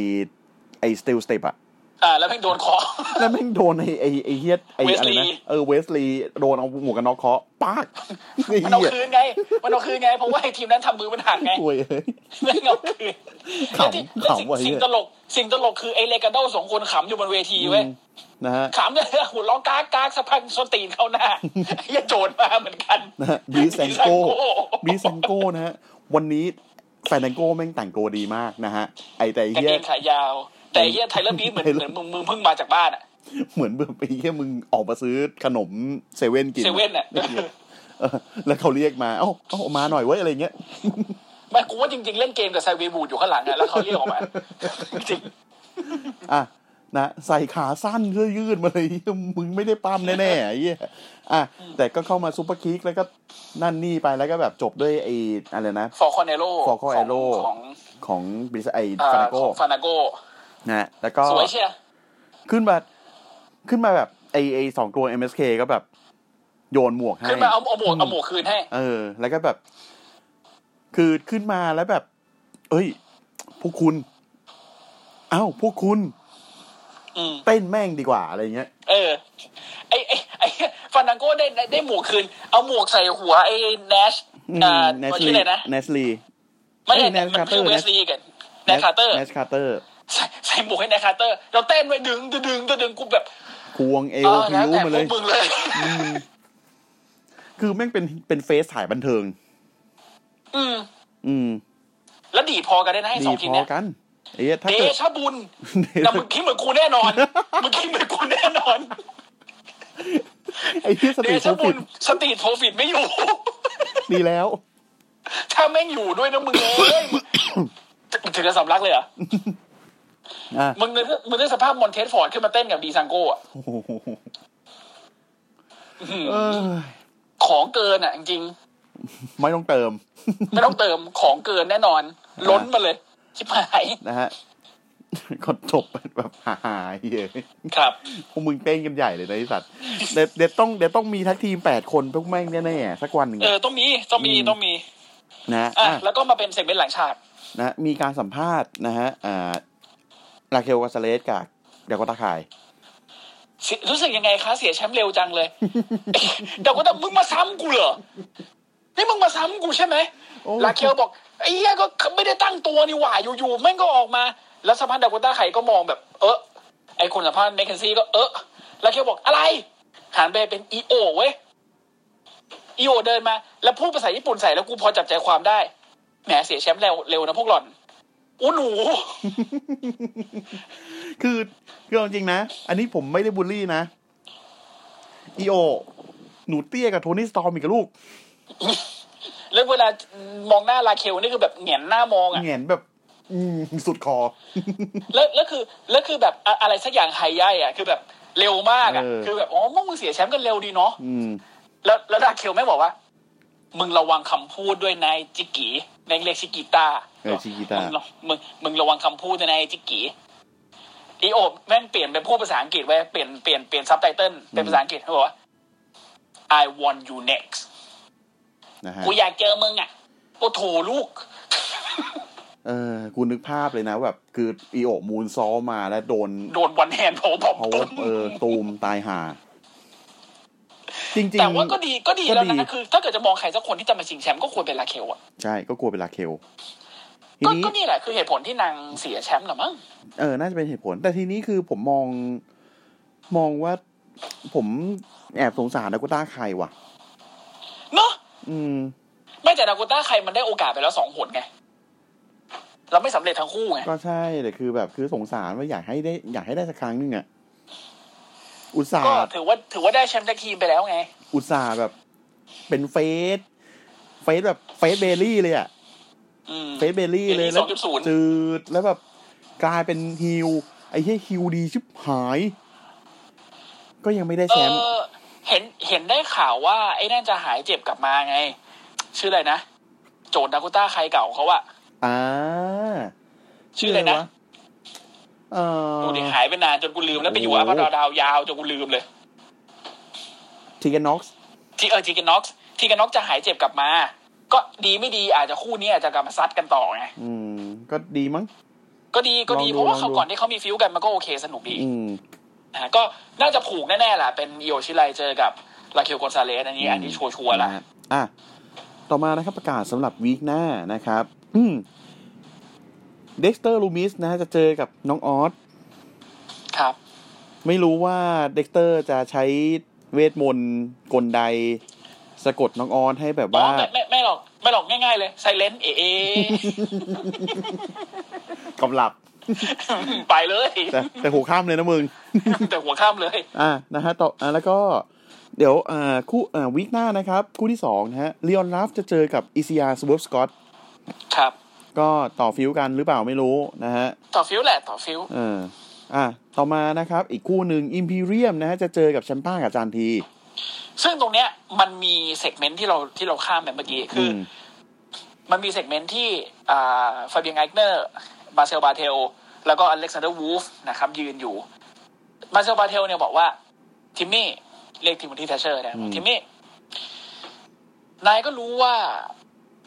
ไอ้สตีลสเตป
<laughs>
อะ
อ่าแล้วแม่งโดนคอ
แล้วแม่งโดนไอ้ไอ้ไอ้เฮียไอ้อะไรนะ
Wesley
เออเวสลีย์โดนเอาหมวกกันน็อกเคาะปากไอ้
<laughs> มันเอา
เหี้ย
คืนไง มันเอาคืนไง เพราะว่าไอ้ทีมนั้นทำมือมันหักไง
โวยเอ้ย
แม่งเอาคืน
ขำ
แล้วที่แล้ว
ขำว่ะ
สิ่ง
เหี้ย
สิ่งตลก สิ่งตลกคือไอ้เลกาโดสองคนขำอยู่บนเวทีเว้ย
นะฮะ
ขำเลย <laughs> หัวเร้องกากกากสักพักส้นตีนเข้า
<laughs>
หน้าไอ้โจรมาเหมือนกัน
นะ
<laughs>
ฮะบีแซงโก้ <laughs>
Bizango
บีแซงโก้นะฮะ วันนี้แฟนแงโก้แม่งแต่งตัวดีมากนะฮะ ไอแต่ไอ้
กาง
เฮีย
เกงขายาว แต่ไอ้เฮีย
<laughs>
ไทเลอร์บีเหมือน
ไท
เห
เลอ
มื
ร์
อนมึงมึงเพิ่งมาจากบ้านอะ
เหมือนแบบไอ้เฮียมึงออกมาซื้อขนมเซเว่นกิน
เซเว่น
<laughs>
อะ
เออ <laughs> แล้วเขาเรียกมา เอ้าเอ้ามาหน่อยเว้ยอะไรเงี้ย
ไม่กูว่าจริง ๆ เล่นเกมกับไซเวบูดอยู่ข้างหลังอะแล้วเขาเรียกออกมาจริง
อ่ะนะใส่ขาสั้นเสื้อยืดมาเลย <laughs> มึงไม่ได้ปั้มแน่ๆไอ้เหี้ยอ่ะแต่ก็เข้ามาซุปเปอร์คิกแล้วก็นั่นนี่ไปแล้วก็แบบจบด้วยไอ้อะไรนะ
ฟอร์คอนเอโร
Falcon Arrow
ของ
ของบริษัทไอ้
เอ่อ
ฟานาโก้
ของฟานาโก
นะฮะแล้วก็
สวยเชีย
ขึ้นมา ขึ้นมาแบบไอไอสองตัว MSK ก็แบบ โยนหมวกให้
ขึ้นมาเอาเอาหมวกเอาหมวกคืนให้
เออ แล้วก็แบบ คือขึ้นมาแล้วแบบ เอ้ย พวกคุณ เอ้า พวกคุณ
อืม
เต้นแม่งดีกว่าอะไรเงี้ย
เออไอไอไอฟานาโกได้ได้ได้หมวกคืน เอาหมวกใส่หัวไอ้เนชอ่า
เนส
ตัว
ลี
ชื่ออะไรนะ
เนสลี
ไม่ใช่
เอ้ย Nash
มันคือ
Carter
เว
Nash
สลีย์กันแนคคาร์เตอร์
เนสคาร์เตอร์
ใส่ใส่หมวกให้แนคคาร์เตอร์ เราเต้นไว้ดึงดึงดึงดึงดึงกูแบบ
ควงเอ
เอ
ว
อ
พิ
แล้ว
ว
แต่
มา
พ
เล
วย กมึง
<laughs>
เลย
คือแม่งเป็นเป็นเฟสสายบันเทิง
อืม
อืม
แล้วดีดพอกันได้นะให้
ดี
สองทีม
พอ
เนี้ย
กันไอ้เหี้ยถ้า
เด
เกิด
ชะ
<laughs>
บุญแต่มึงคิดเหมือนกูแน่นอนมึงคิดเหมือนกูแน่นอน
ไอ้เหี้ยส
เด
ติ
ชะ
ฟู
บุ
ฟิ
ญ
ต
สตรีทโปรฟิตไม่อยู่ <laughs>
ดีแล้ว
ถ้าแม่งอยู่ด้วยนะมึงเอ้ย
<coughs>
<coughs> ถึงจะสำลักเลยเหรอ่ะ
อ่ะ
มึงนึกมึงนึกสภาพมอนเทสฟอร์ดขึ้นมาเต้นกับดีซังโก้อะ
โอ้โหเออ
ของเกินอ่ะจริง
ไม่ต้องเติม
ๆไม่ต้องเติมของเกินแน่นอน ล้นมาเลย ชิบหาย
นะ <laughs> ฮะ ก็จบแบบหายเย้ย
ครับ
พวกมึงเต้นกันใหญ่เลยนะไอสัตว์ เดี๋ยวเดี๋ยวต้องเดี๋ยวต้องมีทักทีมแปดคนพวกแม่งแน่ๆสักวันหนึ่ง
เออต้องมีต้องมีต้องมี
นะฮะ
อ่ะ
อ่ะ
แล้วก็มาเป็นเซกเมนต์หลังฉาก
นะฮะมีการสัมภาษณ์นะฮะ อ่าลาเคลกาซาเลสกับเดลกอตาคาย
สิรู้สึกยังไงคะเสียแชมป์เร็วจัง
<laughs>
เลย เดี๋ยวก็ต้องมึงมาซ้ำกูเหรอนี่มึงมาซ้ำกูใช่ไหม
โอ้
ลาเคียวบอกไอ้เหี้ยก็ไม่ได้ตั้งตัวนี่หว่าอยู่ๆแม่งก็ออกมา แล้วสัมภาษณ์ดาโกต้าไข่ก็มองแบบ เออไอคนสัมภาษณ์แมคเคนซี่ก็เออลาเคียวบอกอะไรหันไปเป็นอีโอเว้ยอีโอเดินมา แล้วพูดภาษาญี่ปุ่นใส่แล้วกูพอจับใจความได้แหมเสียแชมป์เร็วเร็วนะพวกหล่อนอู้หนู
คือคือเอาจริงๆนะ อันนี้ผมไม่ได้บูลลี่นะ อีโอ หนูเตี้ยกับโทนี่สตอร์มอีกกับลูก
แล้วเวลามองหน้าลาเคลนี่คือแบบเหงียนหน้ามองอ่ะ
เงียนแบบ อืมสุดคอ <laughs>
แล้วแล้วคือแล้วคือแบบอะอะไรสักอย่างไฮย่ายอ่ะคือแบบเร็วมากอ่ะ
เออ
คือแบบอ๋อมึงมึงเสียแชมป์กันเร็วดีเนาะ
อืม
แล้วแล้วลาเคลไม่งบอกว่า มึงระวังคำพูดด้วยนายจิกิแม่งเรียกชิกิต้า
เออชิกิต้า
มึงระมึงมึงระวังคำพูดด้วยนายจิกิอีโอบแม่งเปลี่ยนเป็นพูดภาษาอังกฤษไว้เปลี่ยนเปลี่ยนเปลี่ยนซับไตเติลเป็นภาษาอังกฤษเขาบอกว่า I want you next
นะฮะ
กูอยากเจอมึงอ่ะก็โถลูก
เออกูนึกภาพเลยนะแบบคืออีโอมูนซ้อมมาแล้วโดน
โดนวันแฮนด์ผมผม
เขา
ตุ้ม
เออตูมตายห่า จริง ๆ
แต่ว่าก็ดีก็ดี
ก็
แล้ว
ดี
นะคือ ถ้าเกิดจะมองใครสักคนที่จะมาชิงแชมป์ก็ควรเป็นลาเคลอ่ะ
ใช่ก็กลัวเป็นลาเคลที
ก็
นี้
ก็นี่แหละคือเหตุผลที่นางเสียแชมป์เหรอมั้ง
เออ น่าจะเป็นเหตุผล แต่ทีนี้คือผมมองมองว่า ผมแอบสงสารดากูต้าใครว่ะ
เนาะ
อืม
ไม่แต่ดาโกูต้าใครมันได้โอกาสไปแล้วสองหนไง เราไม่สำเร็จทั้งคู่ไง
ก็ใช่แต่คือแบบคือสงสารว่าอยากให้ได้ อยากให้ได้สักครั้งหนึงอะอุตส่า
ก็
ห์
ถือว่าถือว่าได้แชมป์จากทีมไปแล้วไง
อุตส่าห์แบบ เป็นเฟสเฟสแบบเฟสเบลลี่เลยอะ
อืม
เฟซเบลลี่เลย
เบลลี่
แล้ว
2.0
จืดแล้วแบบกลายเป็นฮิวไอ้เหี้ยฮิวดีชิบหาย ก็ยังไม่ได้
เอ
แชมป์
อเห็นเห็นได้ข่าวว่า ไอ้นั่นจะหายเจ็บกลับมาไง ชื่ออะไรนะ โจนดาโกูต้าใครเก่าเขาอะ
อ่า
ชื่ออะไรนะ
เออ
ดูดิหายไปนานจนกูลืมแล้วไปอยู่อัพดาวดาวยาวจนกูลืมเลย
ทีกันน็อกซ์
ทีเออทีกันน็อกซ์ทีกันน็อกจะหายเจ็บกลับมา ก็ดีไม่ดีอาจจะคู่นี้อาจจะกลับมาซัดกันต่อไง
อืม ก็ดีมั้ง
ก็ดีก็ดี
ลองดู
เพราะว่าเขา
ลองดู
ก่อนที่เขามีฟิวกันมันก็โอเคสนุกดี
อืม
นะฮะก็น่าจะผูกแน่ๆแหละเป็นอิโอชิไลเจอกับลาเคิวกอนซาเลสอันนี้ อันนี้ชัวร์ๆละ
อ่ะ ต่อมานะครับประกาศสำหรับวีคหน้านะครับอืมเด็กสเตอร์ลูมิสนะฮะจะเจอกับน้องออส
ครับ
ไม่รู้ว่าเด็กสเตอร์จะใช้เวทมนต์กลใด สะกดน้องออสให้แบบ
อ๋อ
ว่า
ไม่ไม่ไม่หรอกไม่หรอกง่ายๆเลยไซเลนเอ
<laughs>
เอก
ำลับ
ไปเลย
แต่แต่หัวข้ามเลยนะมึง
แต่หัวข้ามเลย
อ่านะฮะต่ออ่าแล้วก็เดี๋ยวอ่าคู่อ่าวีคหน้านะครับ คู่ที่สองนะฮะเล o ออนลาฟจะเจอกับอีซียาสวอปสกอต
ครับ
ก็ต่อฟิวกันหรือเปล่าไม่รู้นะฮะ
ต่อฟิวแหละต่อฟิว
เออ อ่ะ ต่อมานะครับ อีกคู่หนึ่งอิมพีเรียมนะฮะ จะเจอกับแชมป้ากับจานที
ซึ่งตรงเนี้ยมันมีเซกเมนต์ที่เราที่เราข้ามไปเมื่อกี้คืออ
ม
มันมีเซกเมนต์ที่อ่าฟาเบียงไกเนอร์มาเซลบาเทล แล้วก็อเล็กซานเดอร์วูฟนะครับ ยืนอยู่มาเซลบาเทลเนี่ยบอกว่า ทิมมี่เรียกทีมที่แทชเชอร์นะบอกทิมมี่ นายก็รู้ว่า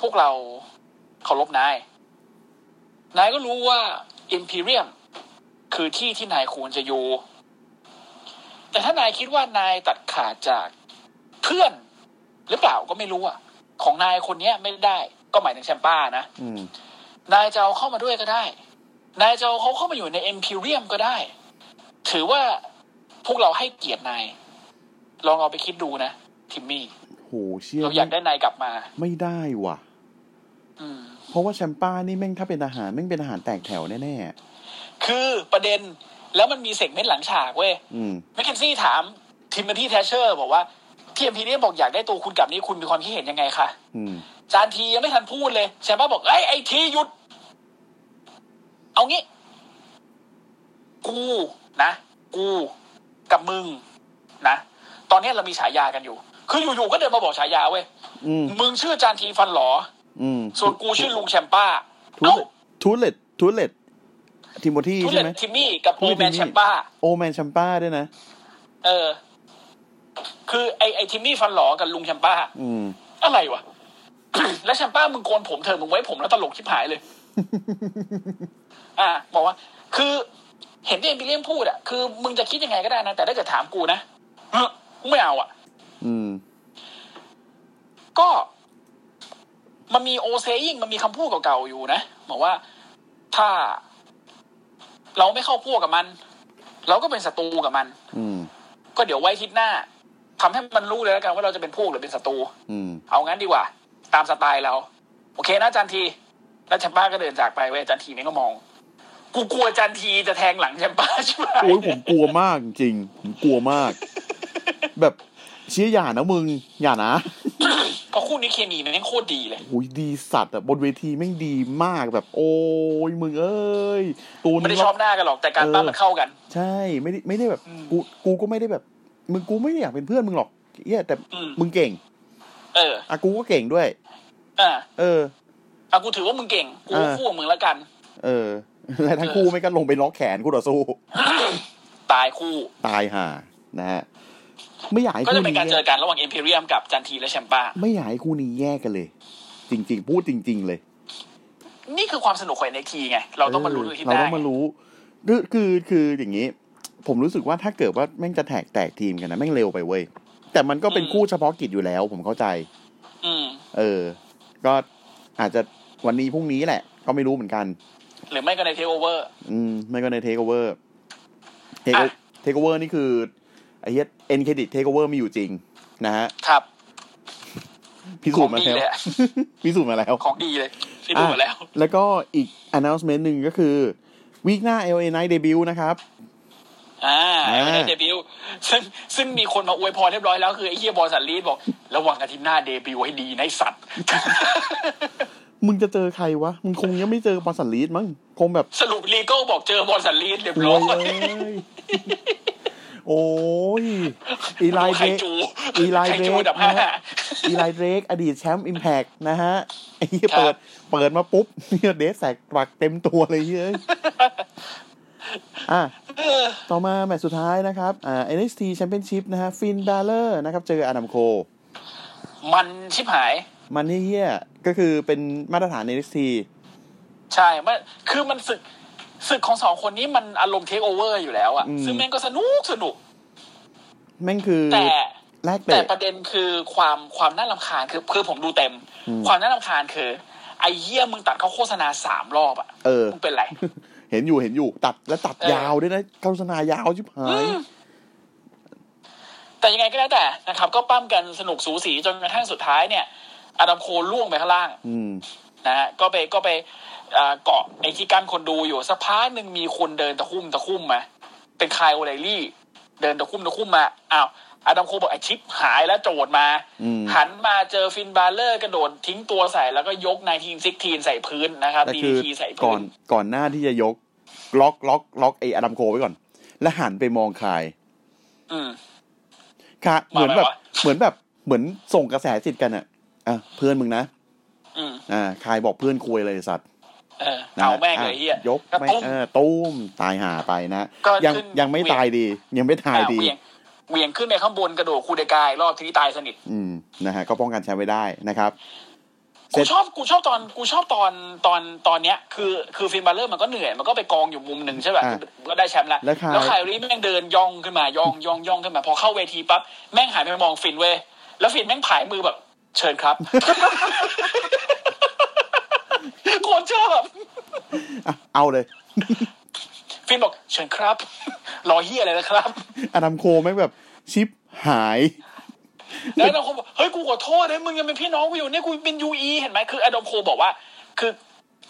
พวกเราเคารพนาย นายก็รู้ว่าอิมพีเรียมคือที่ที่นายควรจะอยู่ แต่ถ้านายคิดว่านายตัดขาดจากเพื่อน หรือเปล่าก็ไม่รู้อ่ะ ของนายคนเนี้ยไม่ได้ ก็หมายถึงแชมป้านะ
อืม
นายจะเอาเข้ามาด้วยก็ได้ นายจะเอาเขาเข้ามาอยู่ในเอ็มพิเรียมก็ได้ ถือว่าพวกเราให้เกียรตินาย ลองเอาไปคิดดูนะ ทิมมี่
โห เชี่ย
เราอยากได้นายกลับมา
ไม่ได้ว่ะ
อืม
เพราะว่าแชมป้านี่แม่งถ้าเป็นอาหารแม่งเป็นอาหารแตกแถวแน่
คือประเด็นแล้วมันมีเซกเมนต์หลังฉากเว้ย
ๆ อืม
แมคเคนซี่ถามทิมเบอร์ที่แทชเชอร์ บอกว่าทีเอ็มพีเนี่ยบอกอยากได้ตัวคุณกลับนี้คุณมีความคิดเห็นยังไงคะ
อืม
จานทียังไม่ทันพูดเลยแชมป้าบอกไอ้ยไอ้ทีหยุด เอางี้ กูนะ กูกับมึงนะ ตอนเนี้ยเรามีฉายากันอยู่ คืออยู่ๆก็เดินมาบอกฉายาเว้ย
อืม
มึงชื่อจานทีฟันหลอ
อืม
ส่วนกูชื่อลุงแชมป้า
ทู
เอ้า
เลตทูเลตทูเลตทิโมธี
ทุ
ใช่
เรศ
ไหม
ทิมมี่กับโอแมน
ทูเรศทิมมี่
แชมป้า
โอแมนแชมป้าด้วยนะ
เออ คือไอไอทิมมี่ฟันหลอกับลุงแชมป้า
อืม
อะไรวะ <coughs> แล้วแชมป้ามึงโกนผมเธอะมึงไว้ผมแล้วตลกชิบหายเลย อ่ะบอกว่า คือเห็นที่เอ็มบิเลียมพูดอะคือมึงจะคิดยังไงก็ได้นะ แต่ถ้าเกิดถามกูนะเออกูไม่เอาอะ
อืม
ก็ มันมีโอเซยิงมันมีคำพูดเก่าๆอยู่นะบอกว่าถ้า เราไม่เข้าพวกกับมัน เราก็เป็นศัตรูกับมัน
อืม
ก็เดี๋ยวไว้อาทิศหน้าทำให้มันรู้เลยแล้วกันว่าเราจะเป็นพวกหรือเป็นศัตรู
อืม
เอางั้นดีกว่า ตามสไตล์เรา โอเคนะจันทีแล้วแชมป้าก็เดินจากไปเว้ยจันทีนี่ก็มอง กูกลัวจันทีจะแทงหลังแชมป้าใช่ไหม
โอ้ยผมกลัวมากจริงๆผมกลัว
<laughs>
มาก แบบเชี่ยอย่านะมึง อย่านะ
ก็คู่นี้เคมีมันแม่งโคตรดีเลย
โอ้ยดีสัตว์อะบนเวทีแม่งดีมากแบบ โอ้ยมึงเอ้ยตูน
ไม่ได้ชอบหน้ากันหรอกแต่การปั้มมันเข้ากัน
ใช่ไม่ได้ไม่ได้แบบ
อืม
กูกูก็ไม่ได้แบบ มึงกูไม่ได้อยากเป็นเพื่อนมึงหรอกเหี้ยแต่
อืม
มึงเก่ง
เออ
อะกูก็เก่งด้วย
อ่ะ
เออ
เอากูถือว่ามึงเก่ง กู
เออ
คู่กับมึงแล้วกัน
เออ <laughs> และทั้งคู่ไม่ก็ลงไปล็อกแขนกูต่อสู้
ตายคู่
ตายห่านะฮะไม่อยากให้
ก็จะ
คู่
เป็น
นี้
การเจ
แย
อกกันระหว่างเอ็มพีเรียมกับจันทีและแชมป้า
ไม่อยากให้คู่นี้แยกกันเลย จริง ๆ พูดจริง ๆ เลย
นี่คือความสนุกของเอ็ทีไง เราต้องมารู้ด้วยที่
เรา
ได้า
ต้องมารู้คือคือคืออย่างนี้ ผมรู้สึกว่าถ้าเกิดว่าแม่งจะแตกแตกทีมกันนะแม่งเร็วไปเว้ย แต่มันก็เป็นคู่เฉพาะกิจอยู่แล้ว ผมเข้าใจ
อืม
เออ ก็อาจจะวันนี้พรุ่งนี้แหละ ก็ไม่รู้เหมือนกัน
หรือไม่ก็ในเทโอเวอร์
อืม ไม่ก็ในเทคโอเวอร์ เทค
อ่ะ
เทคโอเวอร์นี่คือไอ้เฮียเอ็นเครดิตเทคโอเวอร์มีอยู่จริง นะฮะ
ครับ
พิสูจน์มา
ของดี
แล้ว
เลยอะ
<laughs> พิสูจน์มาแล้ว
ของดีเลยที่ดูมาแล้ว
อ่ะแล้วก็อีก announcement หนึ่งก็คือวีคหน้า LA Night debut นะครับ
อ่า
อ่า
เดบิวต์ซึ่งซึ่งมีคนมาอวยพรเรียบร้อยแล้วคือไอ้เฮียบอลสันลีดบอก ระวังอาทิตย์หน้าเดบิวต์ให้ดีนะไอ้สัตว์ <laughs>
มึงจะเจอใครวะ มึงคงยังไม่เจอบอลสันลีดมั้ง คงแบบ
สรุปลีโก้บอกเจอบอลสันลีดเรียบ
ร
ร้
ว
อย ย
เลย โอ้ย อี
<laughs>
ไล
ใค
เด
ร
รก
จู
อีไล
ใคร
เดร
จู
ก
อันดับ
นะ
ห้า
ฮะ อีไลเดรก อดีตแชมป์อิมแพกนะฮะไอ้เหี้ย
ครับ
เปิด <laughs> เปิดมาปุ๊บเนี่ยเดสแสกปักเต็มตัวเลยเฮ้ยอ่ะ
<laughs>
ต่อมาแมตช์สุดท้ายนะครับอ่า NXT Championship นะฮะฟินบ a ลเลอร์นะครับ เจออดัมโค
มันชิบหาย
มันเฮี้ยๆก็คือเป็นมาตรฐาน NXT
ใช่มันคือมันศึกศึกของสองคนนี้มันอารมณ์เทคโอเวอร์อยู่แล้วอะ
อืม
ซึ่งแม่งก็สนุกสนุก
แม่งคือ
แต่
แลก
แต่
เตะ
ประเด็นคือความความน่ารำคาญคือคือผมดูเต็ม
อืม
ความน่ารำคาญคือ ไอ้เหี้ยมึงตัดเขาโฆษณาสามรอบอะ
เออ
มึงเป็นไร
<laughs> เห็นอยู่เห็นอยู่ตัดและตัด
เออ
ยาวด้วยนะโฆษณายาวชิบหาย
แต่ยังไงก็แล้วแต่นะครับ ก็ปั้มกันสนุกสูสีจนกระทั่งสุดท้ายเนี่ย อดัมโคล่วงไปข้างล่าง
อืม
นะฮะก็ไปก็ไปเอ่อเกาะไอ้ที่กั้นคนดูอยู่สักพักหนึ่งมีคนเดินตะคุ่มตะคุ่มมาเป็นคายโอไลลี่ เดินตะคุ่มตะคุ่มมาอ้าวอดัมโคบอกไอชิปหายแล้วโจดมา
อืม
หันมาเจอฟินบาเลอร์กระโดดทิ้งตัวใส่แล้วก็ยกนายทีนซิกทีนใส่พื้นนะครับ
แต่
ดี
คือ
ทีใส่
ก่
พื้
อน
น
ก่อนหน้าที่จะยก ล็อกล็อกล็อกไออดัมโคไว้ก่อน แล้วหันไปมองคาย
อืม
ค่ะเหมือน
มาไหม
แบบ
วะ
เหมือนแบบเหมือนส่งกระแสจิตกันอะอ่ะเพื่อนมึงนะ
อืม
อ่าคายบอกเพื่อนคุยอะไรสัตว์
เออ
นะ
เอาแม่งเลย
อ่ะ
เฮีย
ยก
ก็
ไม่
ตุ้ม
เออตุ้มตายหาไปนะ
ก็
ยัง
ขึ้น
ยังไม่
เหวี่ยง
ตายดี ยังไม่ตาย
อ่ะ
ดี
เหวียงเหวียงขึ้นไปข้างบนกระโดดคูเดกายรอบที่ตายสนิท
อืมนะฮะก็ป้องกันแชมป์ไว้ได้นะครับ เสร็
กู
จ
ชอบกูชอบตอนกูชอบตอนตอนตอนเนี้ย คือคือฟินบาเลอร์มันก็เหนื่อยมันก็ไปกองอยู่มุมหนึ่งใช่ป่ะ
อ่ะ
ก็ได้แชมป์แล้ว
แล้วคาย
แล้วคายรีแม่งเดินย่องขึ้นมาย่องย่องย่องขึ้นมา พอเข้าเวทีปั๊บแม่งหันไปมองฟินเว้ยแล้วฟินแม่งผายมือแบบ เชิญครับ โคตรชอบแบบ
อ่ะเอาเลย
ฟินบอกเชิญครับ รอเฮียอะไรนะครับ
อดัมโคแม่งแบบชิปหาย
แล้วอดัมโคบอกเฮ้ยกูขอโทษนะมึงยังเป็นพี่น้องกูอยู่เนี่ยกูเป็นยูอีเห็นไหมคืออดัมโคบอกว่า คือ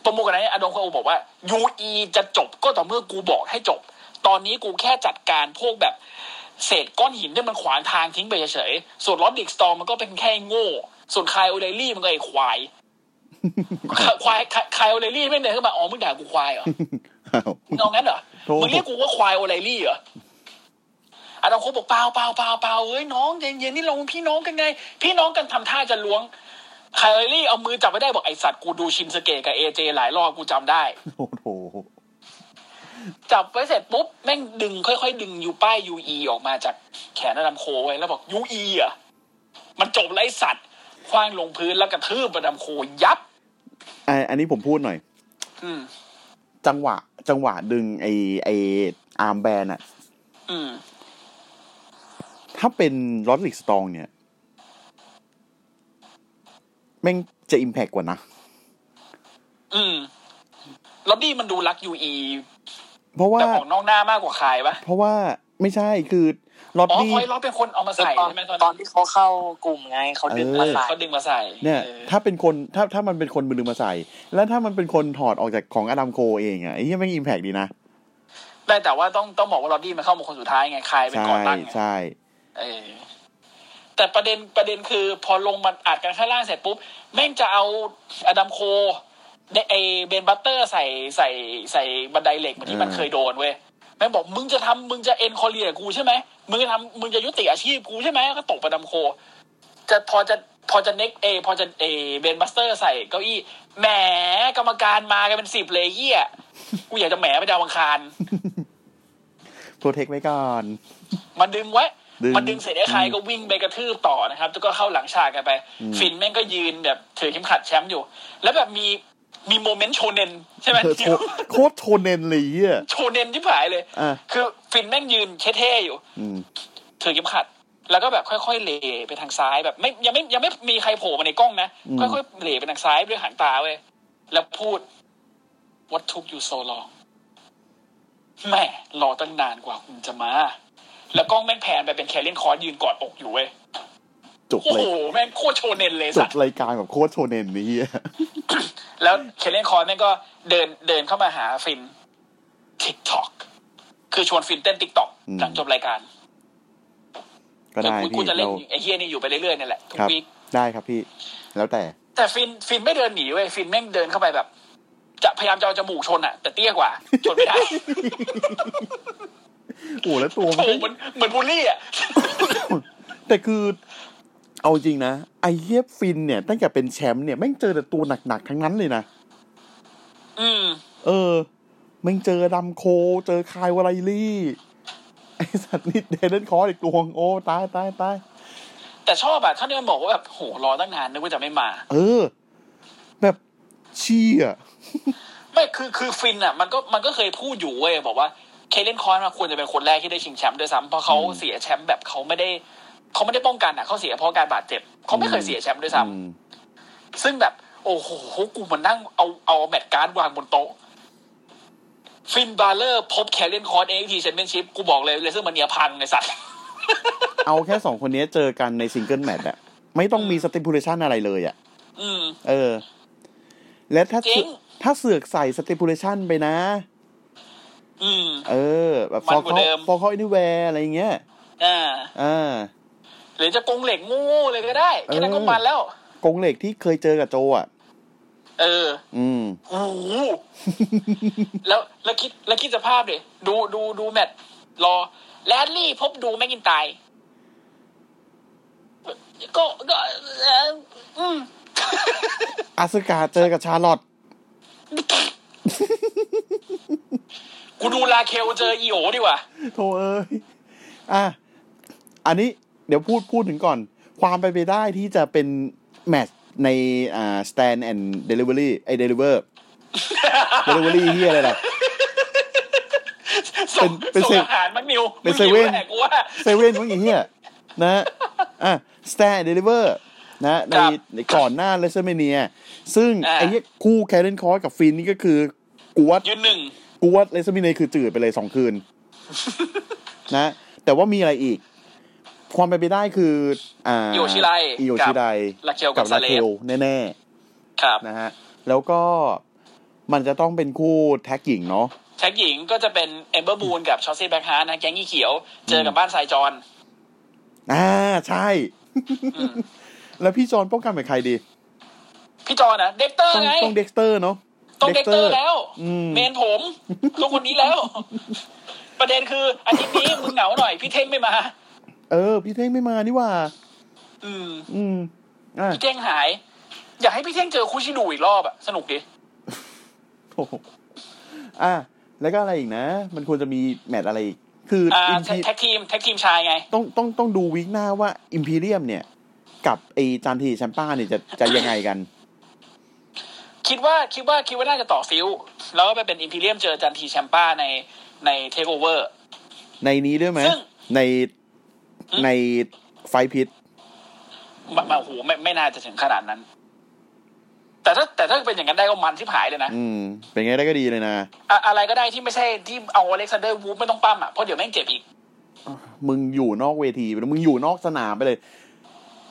ประมูลกันนะอดัมโคบอกว่ายูอีจะจบก็ต่อเมื่อกูบอกให้จบ ตอนนี้กูแค่จัดการพวกแบบเศษก้อนหินที่มันขวางทางทิ้งไปเฉยๆส่วนล็อบดิกสตอมมันก็เป็นแค่ไอ้โง่ ส่วนคายโอเดลี่มันก็ไอ้ควาย ควายคายโอเดลี่ไม่งเดินเข้ามาอ๋อมึงด่ากูควายเหรอ
อ้าว
เอางั้นเหรอ
โธ่
มึงเรียกกูว่าควายโอไลลี่เหรออาดามโคบอกเปล่าเปล่าเปล่าเปล่าเอ้ยน้องใจเย็นๆนี่เราพี่น้องกันไง พี่น้องกันทำท่าจะล้วงไคลลี่เอามือจับไม่ได้บอกไอสัตว์กูดูชินสเกะกับเอเจหลายรอบกูจำได้
โอ้โห
จับไว้เสร็จปุ๊บ แม่งดึงค่อยๆ ดึงยูป้ายยูอีออกมาจากแขนอาดามโคไว้แล้วบอกยูอีอ่ะมันจบแล้วไรสัตว์คว้างลงพื้นแล้วกระทืบอาดามโคยับ
ไอ้อันนี้ผมพูดหน่อย
อืม
จังหวะ จังหวะดึงไอไออาร์มแบนอะ
อืม
ถ้าเป็นลอดลิกสตองเนี่ย แม่งจะอิมแพกกว่านะ
อืมล็อบบี้มันดูรักยูอี
เพราะว่า
แต่ออกนอกหน้ามากกว่าคายปะ
เพราะว่าไม่ใช่คือลอด
อ๋อ
ดี้
คอยล็อกเป็นคนเอามา
คือ
ใส่
ตอน
ใช่ไหมตอน
ต
นั้
อน
น
ที่เขาเข้ากลุ่มไงเขาดึงมาใส่
เขาดึงมาใส่
เนี่ย
ออ
ถ้าเป็นคน ถ้า ถ้ามันเป็นคนมือลืมมาใส่ แล้วถ้ามันเป็นคนถอดออกจากของอดัมโคเองอะไอ้เหี้ยแม่งอิมแพกดีนะ
ได้แต่ว่าต้องต้องบอกว่าล็อบบี้มันเข้ามาคนสุดท้ายไงคายเป็น
ใช่
ก่อนตั้งไง
ใช่
เออแต่ประเด็นประเด็นคือ พอลงมาอัดกันข้างล่างเสร็จปุ๊บ แม่งจะเอาอดัมโคเดไอเบนบัตเตอร์ใส่ใส่ใส่บันไดเหล็กเหมือนที่มัน
อ่า
เคยโดนเว้ยแม่งบอกมึงจะทำมึงจะเอ็นคอเรียกูใช่ไหมมึงจะทำมึงจะยุติอาชีพกูใช่ไหมก็ตกไปดัมโค จะพอจะพอจะเน็กเอ พอจะเอเบนบัสเตอร์ใส่เก้าอี้แหมกรรมการมากันเป็นสิบเลยเฮียกูอยากจะแหมไปดาวอังคาร
โปรเทคไว้ก่อน
มันดึงไว้
ดึง
มันดึงเสร็จไอ้ใครก็วิ่งไปกระทืบต่อนะครับแล้วก็เข้าหลังฉากกันไป
อืม
ฟินแม่งก็ยืนแบบถือเข็มขัดแชมป์อยู่ แล้วแบบมีมีโมเมนต์โชเนนใช่ไหม
เออโชโคตรโชเนนเลยเหี้ย
โชเนนที่ผายเลย
อ่ะ
คือฟินแม่งยืนเท่ๆอยู่
อืม
ถือเข็มขัด แล้วก็แบบค่อยๆเหลไปทางซ้ายแบบไม่ยังไม่ยังไม่มีใครโผล่มาในกล้องนะ
อืม
ค่อยๆเหลไปทางซ้ายด้วยหางตาเว้ยแล้วพูด what took you so long แหม่รอตั้งนานกว่าคุณจะมา แล้วกล้องแม่งแผนไปเป็นแคลเลนคอร์สยืนกอดอกอยู่เว้ย
จบ
โอ้
เล
โห
ย
แม่งโคตรโชเนนเลย
จ
สั
บ <laughs>
ตว์
รายการแบบโคตรโชเนนนี่เฮีย
แล้วแคลเลนคอร์สแม่งก็เดินเดินเข้ามาหาฟิน TikTok คือชวนฟินเต้น TikTok หลังจบรายการ
ก็ได้
กู
พี่
กูจะเล่น
เรา
ไอ้เฮียนี่อยู่ไปเรื่อยๆนี่แหละทุก
ครับ
วีค
ได้ครับพี่ แล้วแต่
แต่ฟินฟินไม่เดินหนีเว้ยฟินแม่งเดินเข้าไปแบบ จะพยายามจะเอาจมูกชนอะแต่เตี้ยกว่า ชนไม่ได้
โอ้แล้วตัว
โอ้โหเห
มั
มือน นเหมือนบูลลี่อะ
แต่คือ เอาจริงนะ ไอเยียฟินเนี่ย ตั้งแต่เป็นแชมป์เนี่ยแม่งเจอแต่ตัวหนักๆ ทั้งนั้นเลยนะ
อืม
เออ แม่งเจอดำโค เจอคายวาไลลี่ ไอสัตว์นี่เดนเดนคอร์อีกดวง โอ้ตายตายตาย
แต่ชอบอะท่านนี่มันบอกว่าแบบโหรอตั้งนานนึกว่าจะไม่มา
เออ แบบเชี่ย
ไม่คือคือฟินอ่ะมันก็มันก็เคยพูดอยู่เว้ยบอกว่าเคเลนคอนมาควรจะเป็นคนแรกที่ได้ชิงแชมป์ด้วยซ้ำเพราะเขาเสียแชมป์แบบเขาไม่ได้เขาไม่ได้ป้องกันอ่ะเขาเสียเพราะการบาดเจ็บเขาไม่เคยเสียแชมป์ด้วยซ้
อืม
ำซึ่งแบบโอ้โหกูมันนั่งเอาเอาแมตช์การ์ดวางบนโต๊ะฟินบาเลอร์พบแคเลนคอนเอ็กทีแชมเปี้ยนชิพกูบอกเลยเลเซอร์มันเนียพังไอสัตว์
เอาแค่สองคนนี้เจอกันในซิงเกิลแมตช์อะไม่ต้องมีสติ p ูล a ชันอะไรเลยอะ
อืม
เออ และถ้า
จริง
ถ้าเสือกใส่สติ p ูล a ชันไปนะ
อืม
เออ แบบฟ
มั
อน ล
กว่า
เขา
เดิม
ฟอลเขาอินแวร์อะไรอย่างเงี้ย
อ่า
อ่า
หรือจะกงเหล็กงูเลยก็ได้แค่นั้นก็มันแล้ว
กงเหล็กที่เคยเจอกับโจอ่ะ
เออ
อืม
โอ้โห แล้วแล้วคิดแล้วคิดสภาพดิดูดูดูแมตช์รอ แรดลี่พบดูแม็กกินไตาย ก็ก็เอ่ออืม <laughs>
อาสกาเจอกับชาร์ลอต
กูดูลาเคลเจออีโอดีกว่า
โธ่เอ้ย อ่ะ อันนี้เดี๋ยวพูดพูดถึงก่อน ความไปนไปได้ที่จะเป็นแมตช์ในอ่า stand and delivery ไอ้ deliver
<laughs>
delivery ที่อะไรล่ะ
ส่ง
เป็นเป็น
ส่ง
เซ
อาหารมันมิว
เป็น
มั
เซเว่น
หิแหละกูว่า
เซเว่นพวกอย่างเงี้ยนะฮะอ่ะ stand and deliver นะ ใน
ครับ
ในก่อนหน้าเลเซอร์เมเนีย ซึ่ง
อ่า
ไอ้เนี้ยคู่แคเรนคอร์กับฟินนี่ก็คือกูว่า
ยืนหนึ่ง
กูว่าเลสมินเนคือจืดไปเลยสองคื
<laughs>
น นะ แต่ว่ามีอะไรอีก ความเป็นไปได้คืออ่า
อีโอชิไร
อิโยชิไร
ลาเคลกับซาเล
ล
ส
แน่
ครับ
ๆนะฮะ แล้วก็มันจะต้องเป็นคู่แท็กหญิงเนาะ
แท็กหญิงก็จะเป็นเอมเบอร์บูนกับชอสซี่แบ็คฮาร์ดนะแก๊งยี่เขียว เจอกับบ้านทรายจอน
อ่าใช่ <laughs> แล้วพี่จอนป้องกันเป็นใครดี
พี่จอนนะเด็กเตอร์
ต้อง
ไง
ต้องเด็กสเตอร์เนาะ
ต้องเด็กเตอร์แล้ว
อืม
เมนผมก็คนนี้แล้ว ประเด็นคืออาทิตย์นี้มึงเหงาหน่อย พี่เท่งไม่มา
เออ พี่เท่งไม่มานี่หว่า
อืม
อืมอ่า
พี่เท่งหาย อยากให้พี่เท่งเจอคุชิดูอีกรอบอะสนุกดิ
โอ้โห <laughs> อ่าแล้วก็อะไรอีกนะ มันควรจะมีแมตช์อะไรอีก คือ
อ่า
อิน
แท็ก
ที
แท็กทีมแท็กทีมชายไง
ต้องต้องต้องดูวีคหน้าว่าอิมพีเรียมเนี่ย กับไอจานทีแชมป้าเนี่ยจะจะยังไงกัน
คิดว่าคิดว่าคิดว่าน่าจะต่อฟิวแล้วก็ไปเป็นอิมพีเรียมเจอจันทีแชมป้าในในเทคโอเวอร์
ในนี้ด้วยไหม
ซึ่ง
ในในไฟท์พิท
มามาโอ้โหไม่ไม่น่าจะถึงขนาดนั้น แต่ถ้าแต่ถ้าเป็นอย่างนั้นได้ก็มันที่หายเลยนะ
อืม เป็นไงได้ก็ดีเลยนะ
อะอะไรก็ได้ที่ไม่ใช่ที่เอาอเล็กซานเดอร์วูฟไม่ต้องปั้มอะเพราะเดี๋ยวแม่งเจ็บอีก
มึงอยู่นอกเวทีไปเลยมึงอยู่นอกสนามไปเลย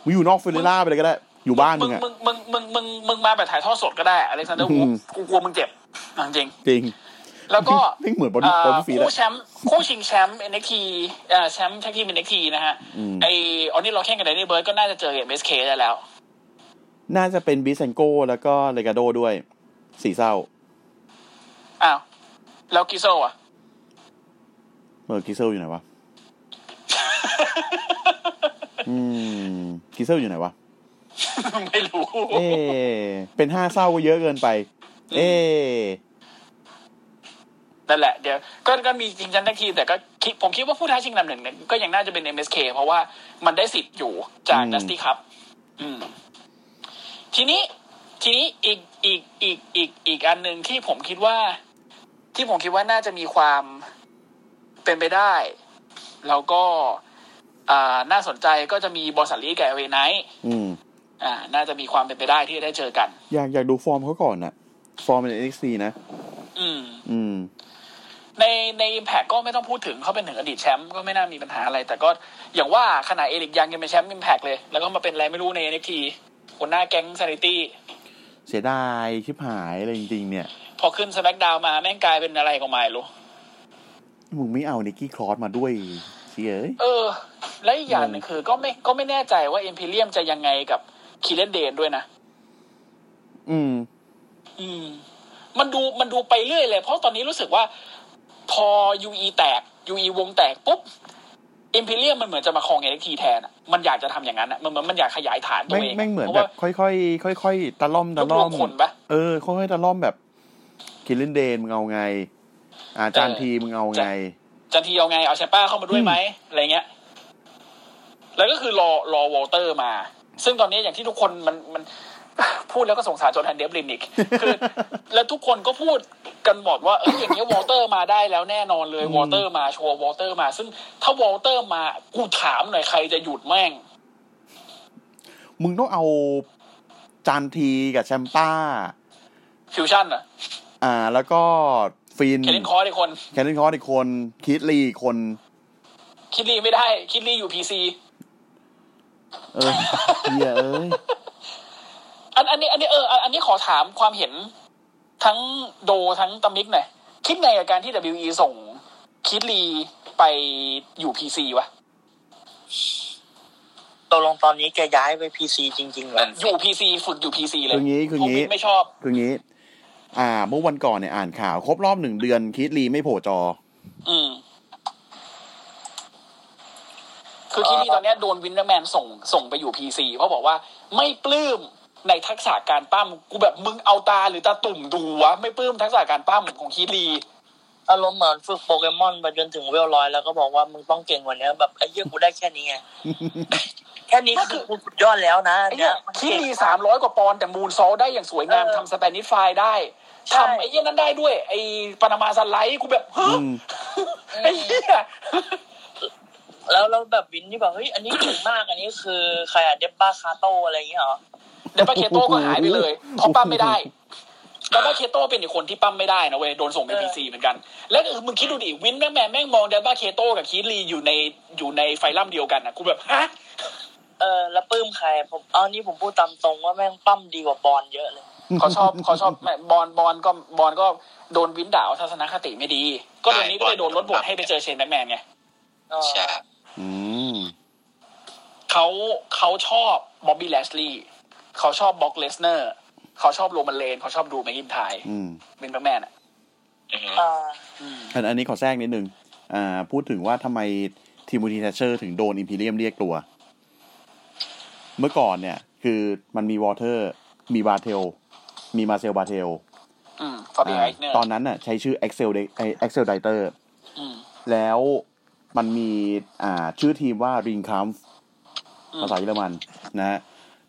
มึงอยู่นอกเฟเนล่าไปเลยก็ได้ อยู่บ้านมึ
มึง
งอะ
มึงมึงมึงมึงมึงมาแบบถ่ายทอดสดก็ได้อะไรซันเดอร์
อื
วู
ม
กูกลัวมึงเจ็บเอาจริง
จริง
ๆแล้วก็
<laughs> นี่เหมือนบอล
เอ่
บอล
อ
ฟรีดอะ
คู่แชมป์คู่ชิงแชมป์ NXT เอ่อแชมป์แท็กทีม NXT นะฮะ
อืม
ไอออนนี่ล็อกแข่งกับไดนี่เบิร์ดก็น่าจะเจอกับ MSK ได้แล้ว
น่าจะเป็นบิสเซนโก้แล้วก็เลกาโดด้วยสีเศร้า
อ้าว แล้วกิโซอ่ะ <laughs>
เมอร์กิเซลอยู่ไหน <laughs> วะ อืมกิเซลอยู่ไหนวะ
ไม่รู้
เอ๊ะเป็นห้าเศร้าก็เยอะเกินไป เอ๊ะ
นั่นแหละเดี๋ยวก็ก็มีชิงแชมป์แท็กทีมแต่ก็คิดผมคิดว่าผู้ท้าชิงลำหนึ่งเนี่ยก็ยังน่าจะเป็น MSK เพราะว่ามันได้สิทธิ์อยู่จากดัสตี้ครับ อืม ทีนี้ ทีนี้อีกอีกอีกอีกอีกอันหนึ่งที่ผมคิดว่า ที่ผมคิดว่าน่าจะมีความเป็นไปได้ แล้วก็อ่าน่าสนใจก็จะมีบอลสันลีกับเอเวไนท์
อืม
อ่า น่าจะมีความเป็นไปได้ที่จะได้เจอกัน
อยากอยากดูฟอร์มเขาก่อนน่ะ ฟอร์มใน NXT นะ
อืม
อืม
ในในอิมแพกก็ไม่ต้องพูดถึงเขาเป็นถึงอดีตแชมป์ก็ไม่น่ามีปัญหาอะไร แต่ก็อย่างว่าขนาดเอริกยังยังเป็นแชมป์อิมแพกเลย แล้วก็มาเป็นอะไรไม่รู้ใน NXT หัวหน้าแก๊งซานิตี้
เสียดายชิบหายอะไรจริงๆ เนี่ย
พอขึ้นส c k กดาวมาแม่งกลายเป็นอะไรก็ไม่รู้
มึงไม่เอานิกกี้คลอสมาด้วยเสียเอ้ย
เออ และอีกอย่างหนึงคือก็ไม่ก็ไม่แน่ใจว่าเอ็มพีเรียมจะยังไงกับคีเลนเดนด้วยนะ
อืม
อืม มันดูมันดูไปเรื่อยเลย เพราะตอนนี้รู้สึกว่า พอ UE แตก UE วงแตกปุ๊บเอ็มพีเรียมมันเหมือนจะมาครอง NXT แทนอะมันอยากจะทำอย่างนั้นอะมันเหมือนมันอยากขยายฐานตัว
แม่ง
เองะ
แม่งเหมือน
พราะ
แบ
ว่า
บ ค่อยๆค่อยๆตะล่อมตะล่อม
รวบรวมคนปะ
เออ ค่อยๆตะล่อมแบบคิลเลนเดนมึงเอาไง อาจารย์ทีมึงเอาไง
จันทีเอาไงเอาแชมป้าเข้ามาด้วยไหมอะไรเงี้ย แล้วก็คือรอรอวอลเตอร์มา ซึ่งตอนนี้อย่างที่ทุกคนมันมัน <laughs> พูดแล้วก็สงสารจนแฮนเดฟลินอีกคือ <laughs> แล้วทุกคนก็พูดกันหมดว่าเอออย่างเงี้ยวอลเตอร์มาได้แล้วแน่นอนเลย
อืม
วอลเตอร์มาชัวร์วอลเตอร์มา ซึ่งถ้าวอลเตอร์มากูถามหน่อยใครจะหยุดแม่ง
มึงต้องเอาจานทีกับแชมป้า
ฟิวชั่นอ่ะ
อ่า แล้วก็ฟิน
เคลินคอร์อีกคน
แคนนคอร์อีกคนคิดลีอีกคน
คิดลีไม่ได้ คิดลีอยู่พีซี
เออเฮียเอ้ย
อันอันนี้อันนี้เอออันอันนี้ขอถามความเห็น ทั้งโดทั้งตามิกหน่อยคิดไงกับการที่ WE ส่ง คิดลีไปอยู่พีซีวะ
ตกลงตอนนี้แกย้ายไปพีซีจริงๆเหร
นั่
อน
อ
สิ
ยู่พีซีฝึกอยู่พีซีเลย
คืองี้คืองี้
ผมไม่ชอบ
คืองี้ อ่า เมื่อวันก่อนเนี่ยอ่านข่าว ครบรอบหนึ่งเดือนคิดลีไม่โผล่จอ
อืม คือคิดลีตอนเนี้ยโดนวินเนอร์แมนส่งส่งไปอยู่พีซีเพราะบอกว่า ไม่ปลื้มในทักษะการปั้มกูแบบมึงเอาตาหรือตาตุ่มดูวะไม่ปลื้มทักษะการปั้มของคิดลี
อารมณ์เหมือนฝึกโปเกมอนไปจนถึงเวลร้อยแล้วก็บอกว่ามึงต้องเก่งกว่านี้แบบไอ้เยี่ยกูได้แค่ <laughs> นี้ไง แค่นี้คือกูสุดยอดแล้วนะ
ไอ้
เนี่
เนี่ย ย
มัน
คี
เก่ง
รีสามร้อยกว่าปอนด์แต่มูนซอลได้อย่างสวยงาม
เออ
ทำสแปนิชไฟล์ได้
ใช่
ทำไอ้เยี่ยนั้นได้ด้วย ไอ้ปานามาสไลด์กูแบบฮะ
อืม
ไอ้เหี้ย
แล้วแล้วแบบวินที่แบบเฮ้ยอันนี้เก่งมากอันนี้คือใครอะเดบบ้าคาโตอะไรอย่างเงี้ยเหรอ
เดี๋ยวป้าเคโต้ก็หายไปเลยเพราะปั้มไม่ได้แล้วป้าเคโต้เป็นอีกคนที่ปั้มไม่ได้นะเว้ยโดนส่งไปพีซีเหมือนกัน แล้วคือมึงคิดดูดิวินแม่งแม่งแม่งมองเดบ้าเคโต้กับคีรีอยู่ในอยู่ในไฟลัมเดียวกันนะกูแบบฮะ
เออแล้วปลื้มใครผมเอานี่ผมพูดตามตรงว่าแม่งปั้มดีกว่าบอลเยอะเลย
เขาชอบเขาชอบแม่บอลบอลก็บอลก็โดนวินด่าว่าทัศนคติไม่ดี ก็เดี๋ยวนี้ก็เลยโดนลดบทให้ไปเจอเชนแบทแมนไง
เออ
ใช่
อืม
เขาเขาชอบบ๊อบบี้แลชลีย์เขาชอบบล็อกเลสเนอร์เขาชอบโรมันเลนเขาชอบดูแมกกินไทย
อืม
เป็นแบ็กแมนอ่ะ
อือฮึ
เออ
อันอันนี้ขอแทรกนิดนึง อ่า พูดถึงว่าทำไมทีมูทีแทชเชอร์ถึงโดนอิมพีเรียมเรียกตัว เมื่อก่อนเนี่ย คือมันมีวอเตอร์ มีบาเทล มีมาเซลบาเทล
อืมฟาเบียไอเนอร์
ตอนนั้นน่ะใช้ชื่อ Excel ไอ Excel d i t e r
อืม
แล้วมันมีอ่าชื่อทีมว่าริงคัม
อืม
ภาษาเยอรมันนะฮะ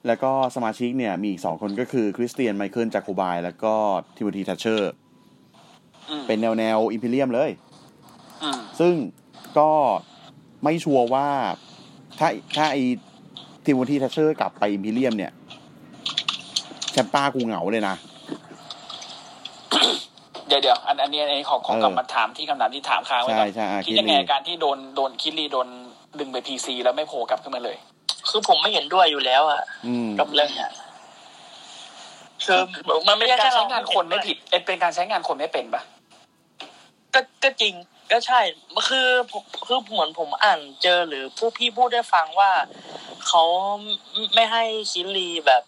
แล้วก็สมาชิกเนี่ยมีอีกสองคนก็คือคริสเตียนไมเคิลจากโคบาย แล้วก็ทิโมธีทัชเชอร์
อืม
เป็นแนวแนวอิมพีเรียมเลย
อืม
ซึ่งก็ไม่ชัวร์ว่าถ้าถ้าไอทีมวันที่ทัชเชอร์กลับไปอิมพีเรียมเนี่ย แชมป้ากูเหงาเลยนะ
เดี๋ยวเดี๋ยวอันอันนี้อันนี้ขอขอ
เออก
ลับมาถามที่คำถามที่ถามค้างไว้ก่อน
ใช่ใช่อ่ะ
คิดยังไง
คิดดี
กับการที่โดนโดนคิดลีโดนดึงไปพีซีแล้วไม่โผล่กลับขึ้นมาเลย
คือผมไม่เห็นด้วยอยู่แล้วอะ
อืม
กับเรื่องเนี้ยคือมันไม่
เป็น
ใช่
การ
แค่
ใช้
เรา
งานคนไม่ผิดเอ็นเป็นการใช้งานคนไม่เป็นปะ
ก็ก็จริงก็ใช่คือผมคือเหมือนผมอ่านเจอหรือผู้พี่พูดได้ฟังว่าเขาไม่ให้ชิลลีแบบ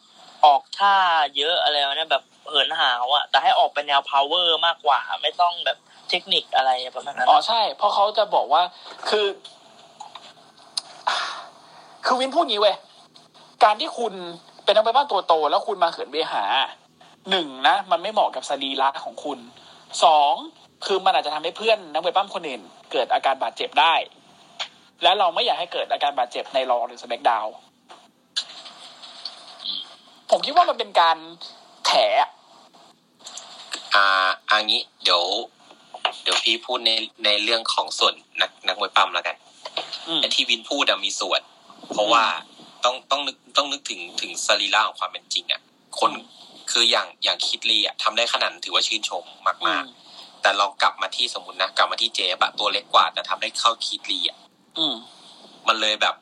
ออกท่าเยอะอะไรวะเนี่ยแบบเหินหาวอะแต่ให้ออกเป็นแนว power มากกว่า ไม่ต้องแบบเทคนิคอะไรประมาณนั้น
อ๋อ
อะ
ใช่ เพราะเขาจะบอกว่าคือ คือวินพูดงี้เว้ย การที่คุณเป็นนักไปบ้านตัวโต แล้วคุณมาเขินเบหา หนึ่งนะ มันไม่เหมาะกับสรีระของคุณ สองคือมันอาจจะทำให้เพื่อนนักเวทปั้มคนอื่น เกิดอาการบาดเจ็บได้ และเราไม่อยากให้เกิดอาการบาดเจ็บในรอหรือสแบ็กดาวผมคิดว่ามันเป็นการแถอะ
อ่าอันนี้เดี๋ยว เดี๋ยวพี่พูดในในเรื่องของส่วนนักนักมวยปั้มแล้วกัน
อืม
ไอ้ที่วินพูดอะมีส่วน เพราะว่าต้องต้องนึกต้องนึกถึงถึงสรีระของความเป็นจริงอะคนคืออย่างอย่างคิดลีอะทำได้ขนาดนั้นถือว่าชื่นชม
อื
มาม กๆ แต่ลองกลับมาที่สมมตินะกลับมาที่เจ๊ปะตัวเล็กกว่า แต่ทำได้เข้าคิดลีอะ
อืม
มันเลยแบบ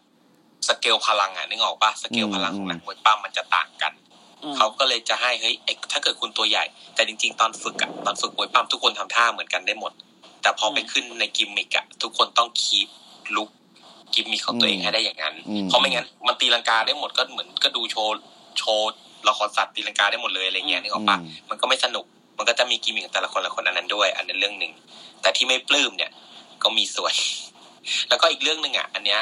สเกลพลังอะนึกออกปะสเกลพลังของนักมวยปั้มมันจะต่างกัน
อืม
เขาก็เลยจะให้เฮ้ยเอ็กถ้าเกิดคุณตัวใหญ่ แต่จริง ๆ ตอนฝึกอะตอนฝึกมวยปั้มทุกคนทำท่าเหมือนกันได้หมด แต่พอไปขึ้นในกิมมิกอะทุกคนต้องคีปลุกกิมมิคของตัวเอง
อืม
ให้ได้อย่างนั้น
อืม
เพราะไม่งั้นมันตีลังกาได้หมดก็เหมือนก็ดูโชว์โชว์ละครสัตว์ตีลังกาได้หมดเลยอะไรเงี้ยนึกออกปะมันก็ไม่สนุก มันก็จะมีกิมมิคของแต่ละคนละคนอันนั้นด้วย อันนั้นเรื่องหนึ่งแต่ที่ไม่ปลื้มเนี่ย ก็มีส่วน <laughs> แล้วก็อีกเรื่องหนึ่งอะอันเนี้ย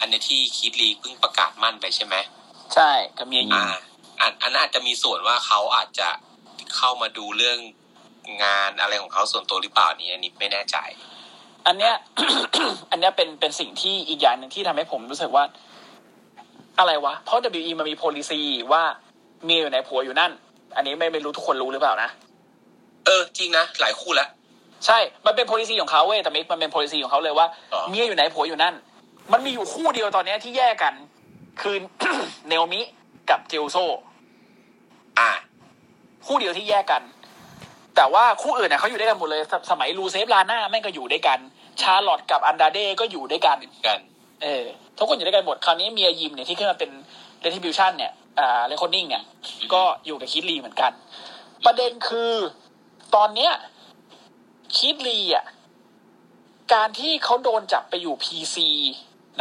อันเนี้ยที่คิดลีเพิ่งประกาศมั่นไปใช่ไหม
ใช่กับเมียหญิง
อ่าอันอันนั้นอาจจะมีส่วนว่าเขาอาจจะเข้ามาดูเรื่อง งานอะไรของเขาส่วนตัวหรือเปล่านี่อันนี้ไม่แน่ใจ
อันเนี้ย <coughs> อันเนี้ยเป็นเป็นสิ่งที่อีกอย่างหนึ่งที่ทำให้ผมรู้สึกว่า อะไรวะ เพราะ WE มันมี policy ว่าเมียอยู่ในผัวอยู่นั่น อันนี้ไม่ไม่รู้ทุกคนรู้หรือเปล่านะ
เออจริงนะหลายคู่ละ
ใช่ มันเป็น policy ของเขาเว้ยแต่มิกมันเป็น policy ของเขาเลยว่า
อ๋อ
เมียอยู่ไหนผัวอยู่นั่น มันมีอยู่คู่เดียวตอนเนี้ยที่แยกกัน คือ <coughs> เนลมิกับเจลโซ
อ่า
คู่เดียวที่แยกกัน แต่ว่าคู่อื่นเน่ะเขาอยู่ด้วยกันหมดเลยสสมัยลูเซฟลาน่าแม่งก็อยู่ด้วยกัน ชาร์ลอตกับอันดาเด้ก็อยู่ด้วยกัน
กัน
เออทุกคนอยู่ด้วยกันหมดคราวนี้เมียยิมเนี่ยที่ขึ้นมาเป็น retribution เนี่ยอ่า r e c o r d i n g เนี่ย ก็อยู่กับคิดลีเหมือนกัน ประเด็นคือตอนเนี้ยคิดลีอ่ะ การที่เขาโดนจับไปอยู่ PC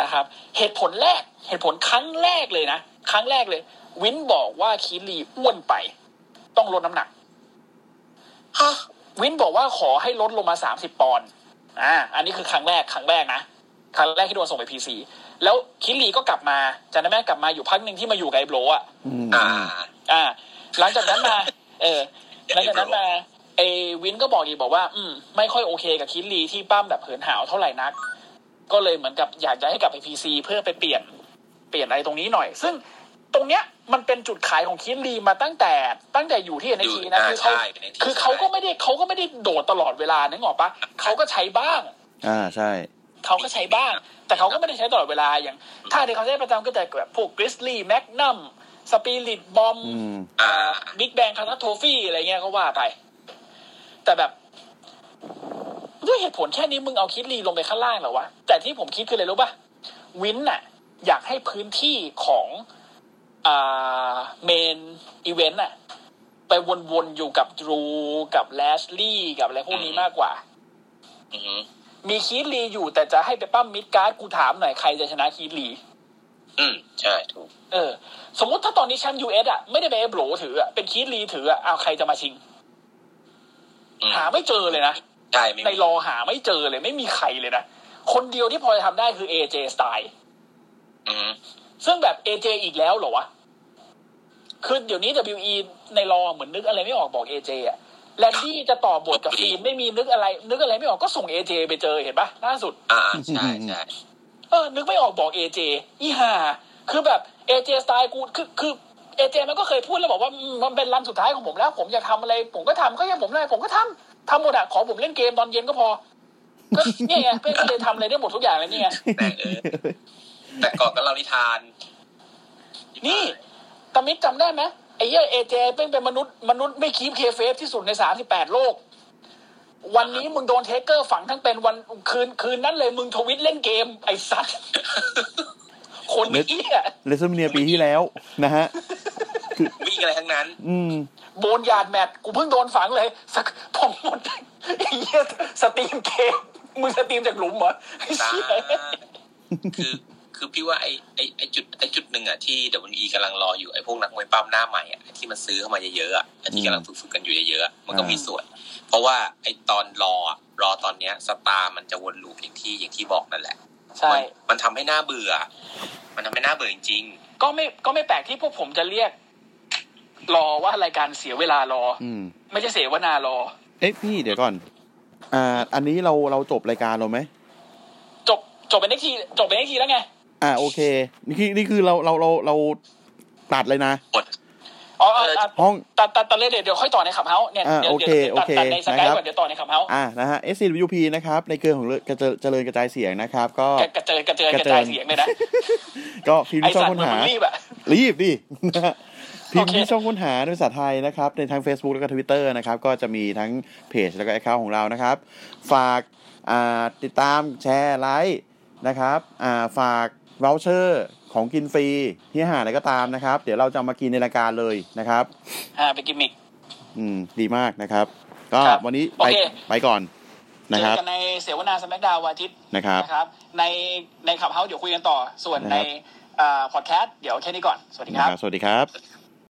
นะครับ เหตุผลแรก เหตุผลครั้งแรกเลยนะ ครั้งแรกเลย วินบอกว่าคิดลีอ้วนไป ต้องลดน้ำหนัก
ฮะ
วินบอกว่าขอให้ลดลงมาสามสิบปอนด์ อ่า อันนี้คือครั้งแรก ครั้งแรกนะ ครั้งแรกที่โดนส่งไปพีซี แล้วคิรีก็กลับมาจานแม่กลับมาอยู่พักหนึ่งที่มาอยู่กับไอ้โบรอ่ะ
อืม
อ่า
อ่า หลังจากนั้นมา <laughs> เออ หลังจากนั้นมาไอ้วินก็บอกอีกบอกว่า อืม ไม่ค่อยโอเคกับคิรีที่ปั้มแบบเหินหาวเท่าไหร่นัก ก็เลยเหมือนกับอยากจะให้กลับไปพีซีเพื่อไปเปลี่ยน เปลี่ยนอะไรตรงนี้หน่อย ซึ่งตรงเนี้ยมันเป็นจุดขายของคิรีมาตั้งแต่ตั้งแต่อยู่ที่เอ็น
อยู่
ทีนะคือเขา
ใช่ในที
คือเขาก็ไม่ได้เขาก็ไม่ได้โดดตลอดเวลานึกออกปะเขาก็ใช้บ้าง
อ่าใช่
เขาก็ใช้บ้าง แต่เขาก็ไม่ได้ใช้ตลอดเวลาอย่าง ถ้าที่เขาใช้ประจำก็แต่แบบพวกกริสลี่แมกนัมสปิริตบอม
อืม
อ่า
บิ๊กแบงคาทัตโทฟี่อะไรเงี้ยก็ว่าไป แต่แบบ ด้วยเหตุผลแค่นี้มึงเอาคิดลีลงไปข้างล่างเหรอวะ แต่ที่ผมคิดคืออะไรรู้ปะวินน่ะ อยากให้พื้นที่ของอ่าเมนอีเวนต์น่ะ ไปวนๆอยู่กับดรูกับแลชลี่กับอะไรพวกนี้มากกว่า
อือหือ
มีคีดลีอยู่แต่จะให้ไปปั้มมิดการ์ดกูถามหน่อยใครจะชนะคีดลี
อืมใช่ถูก
เออ สมมติถ้าตอนนี้แชมป์ยูเอสอ่ะไม่ได้ไปเอฟโหลถืออ่ะเป็นคีดลีถืออ่ะเอาใครจะมาชิง
อืม
หาไม่เจอเลยนะ
ใช่ไม่
ใน
มี
รอหาไม่เจอเลยไม่มีใครเลยนะคนเดียวที่พอจะทำได้คือเอเจสไตล์
อือหือ
ซึ่งแบบเอเจอีกแล้วเหรอวะคือเดี๋ยวนี้ WE ในรอเหมือนนึกอะไรไม่ออกบอกเอเจอ่ะแลนดี้จะต่อบทกับฟีนไม่มีนึกอะไร นึกอะไรไม่ออกก็ส่งเอเจไปเจอเห็นปะล่าสุด
อ่าใช่ใช่
เออ นึกไม่ออกบอกเอเจอีห่า คือแบบเอเจสไตล์กู คือ คือเอเจมันก็เคยพูดแล้วบอกว่าอืมมันเป็นรันสุดท้ายของผมแล้ว ผมอยากทำอะไร ผมก็ทำก็ยังผมอะไรผมก็ทำทำหมดอะขอผมเล่นเกมตอนเย็นก็พอ ก็เนี่ยไงเพื่อนก็เลยทำอะไรได้หมดทุกอย่างเลยนี่ไง
แต่เอ
<laughs>
อ แต่ก่อนก็เล่านิทาน
นี่ตามิดจำได้ไหมไอ้เหี้ยเอเจเป็นเป็นมนุษย์มนุษย์ไม่คีบเคเฟฟที่สุดในสามสิบแปดโลก วันนี้มึงโดนเทคเกอร์ฝังทั้งเป็นวันคืนคืนนั้นเลยมึงทวิตเล่นเกม ไอ้สัตว์ คนเอี้ย
เลสเมเนียปีที่แล้วนะฮะ
วิ่งอะไรทั้งนั้น
อืม
โบนยาดแมทกูเพิ่งโดนฝังเลย สักผมหมดไอ้เหี้ยสตรีมเกมมึงสตรีมจากหลุมเหรอไอ้
ตา
เชี่ย
คือคือพี่ว่าไอไอไอจุดไอจุดหนึ่งอ่ะที่ WWE กำลังรออยู่ไอพวกนักมวยปั้มหน้าใหม่อ่ะไอ้ที่มันซื้อเข้ามาเยอะๆอ่ะไอที่กำลังฝึกฝึกกันอยู่เยอะๆอะมันก็
อ่ามี
มีส่วน เพราะว่าไอตอนรออะรอตอนเนี้ยสตาร์มันจะวนลูปอย่างที่อย่างที่บอกนั่นแหละ
ใช่
มันมันทำให้หน้าเบื่อ มันทำให้หน้าเบื่อจริง
ก็ไม่ก็ไม่แปลกที่พวกผมจะเรียก รอว่ารายการเสียเวลารอ
อืม
ไม่ใช่เสียวนารอ
เอ๊ะพี่เดี๋ยวก่อน อ่า อันนี้เราเราจบรายการเราไหม
จบจบเป็นเอ็กทีจบเป็นเอ็กทีแล้วไง
อ่าโอเค นี่คือนี่คือเราเราเราเราตัดเลยนะ
ๆอด
อ๋อเอาเอา
ห้อง
ตัดตัดตัดเลยเดี๋ยวเดี๋ยวค่อยต่อในขับเฮาส์เนี่ย
อ่า
เดี๋ยว
โอเค
เดี๋ยว
โอ
ตัด
เค
ตัดในสกา
นะ
ย
ครับ
ก่อนเดี๋ยวต่อในขับเฮาส์
อ่านะฮะ SCWP นะครับ ในเครือของเรือกระเจเจริญกระจายเสียงนะครับ ก็
กระกระเจิงกระเจิงก
กระ
ระ
เจิง
จายเสียงเลยนะ
ก็พิม
ไอ้
พ์ช่อง
สัตว์
ค้น
มึง
หา
รีบอะ
รีบดิ พิม
โอ
พ์
เค
ที่ช่องค้นหาในภาษาไทยนะครับ ในทั้ง Facebook แล้วก็ Twitter นะครับ ก็จะมีทั้งเพจแล้วก็แอคเคาท์ของเรานะครับ ฝากอ่าติดตามแชร์ไลค์นะครับอ่าฝากเวลเชอร์ของกินฟรีที่หาอะไรก็ตามนะครับ เดี๋ยวเราจะเอามากินในรายการเลยนะครับ
อ่าเป็นกิมมิค
อืม ดีมากนะครับ ก็
ครับ
วันนี้
โอ
ไป
เค
ไปก่อนนะ
เจ
ค
อ
รับ
กันในเสวนาสมัคดาวอาทิตย์
นะครับ
นะครับในในขับเฮาเดี๋ยวคุยกันต่อส่วน
นะครับ
ในพอดแคสต์เดี๋ยวแค่นี้ก่อน สวัสดี
นะ
ค
ค
รั
รับ บ สวัสดีครับ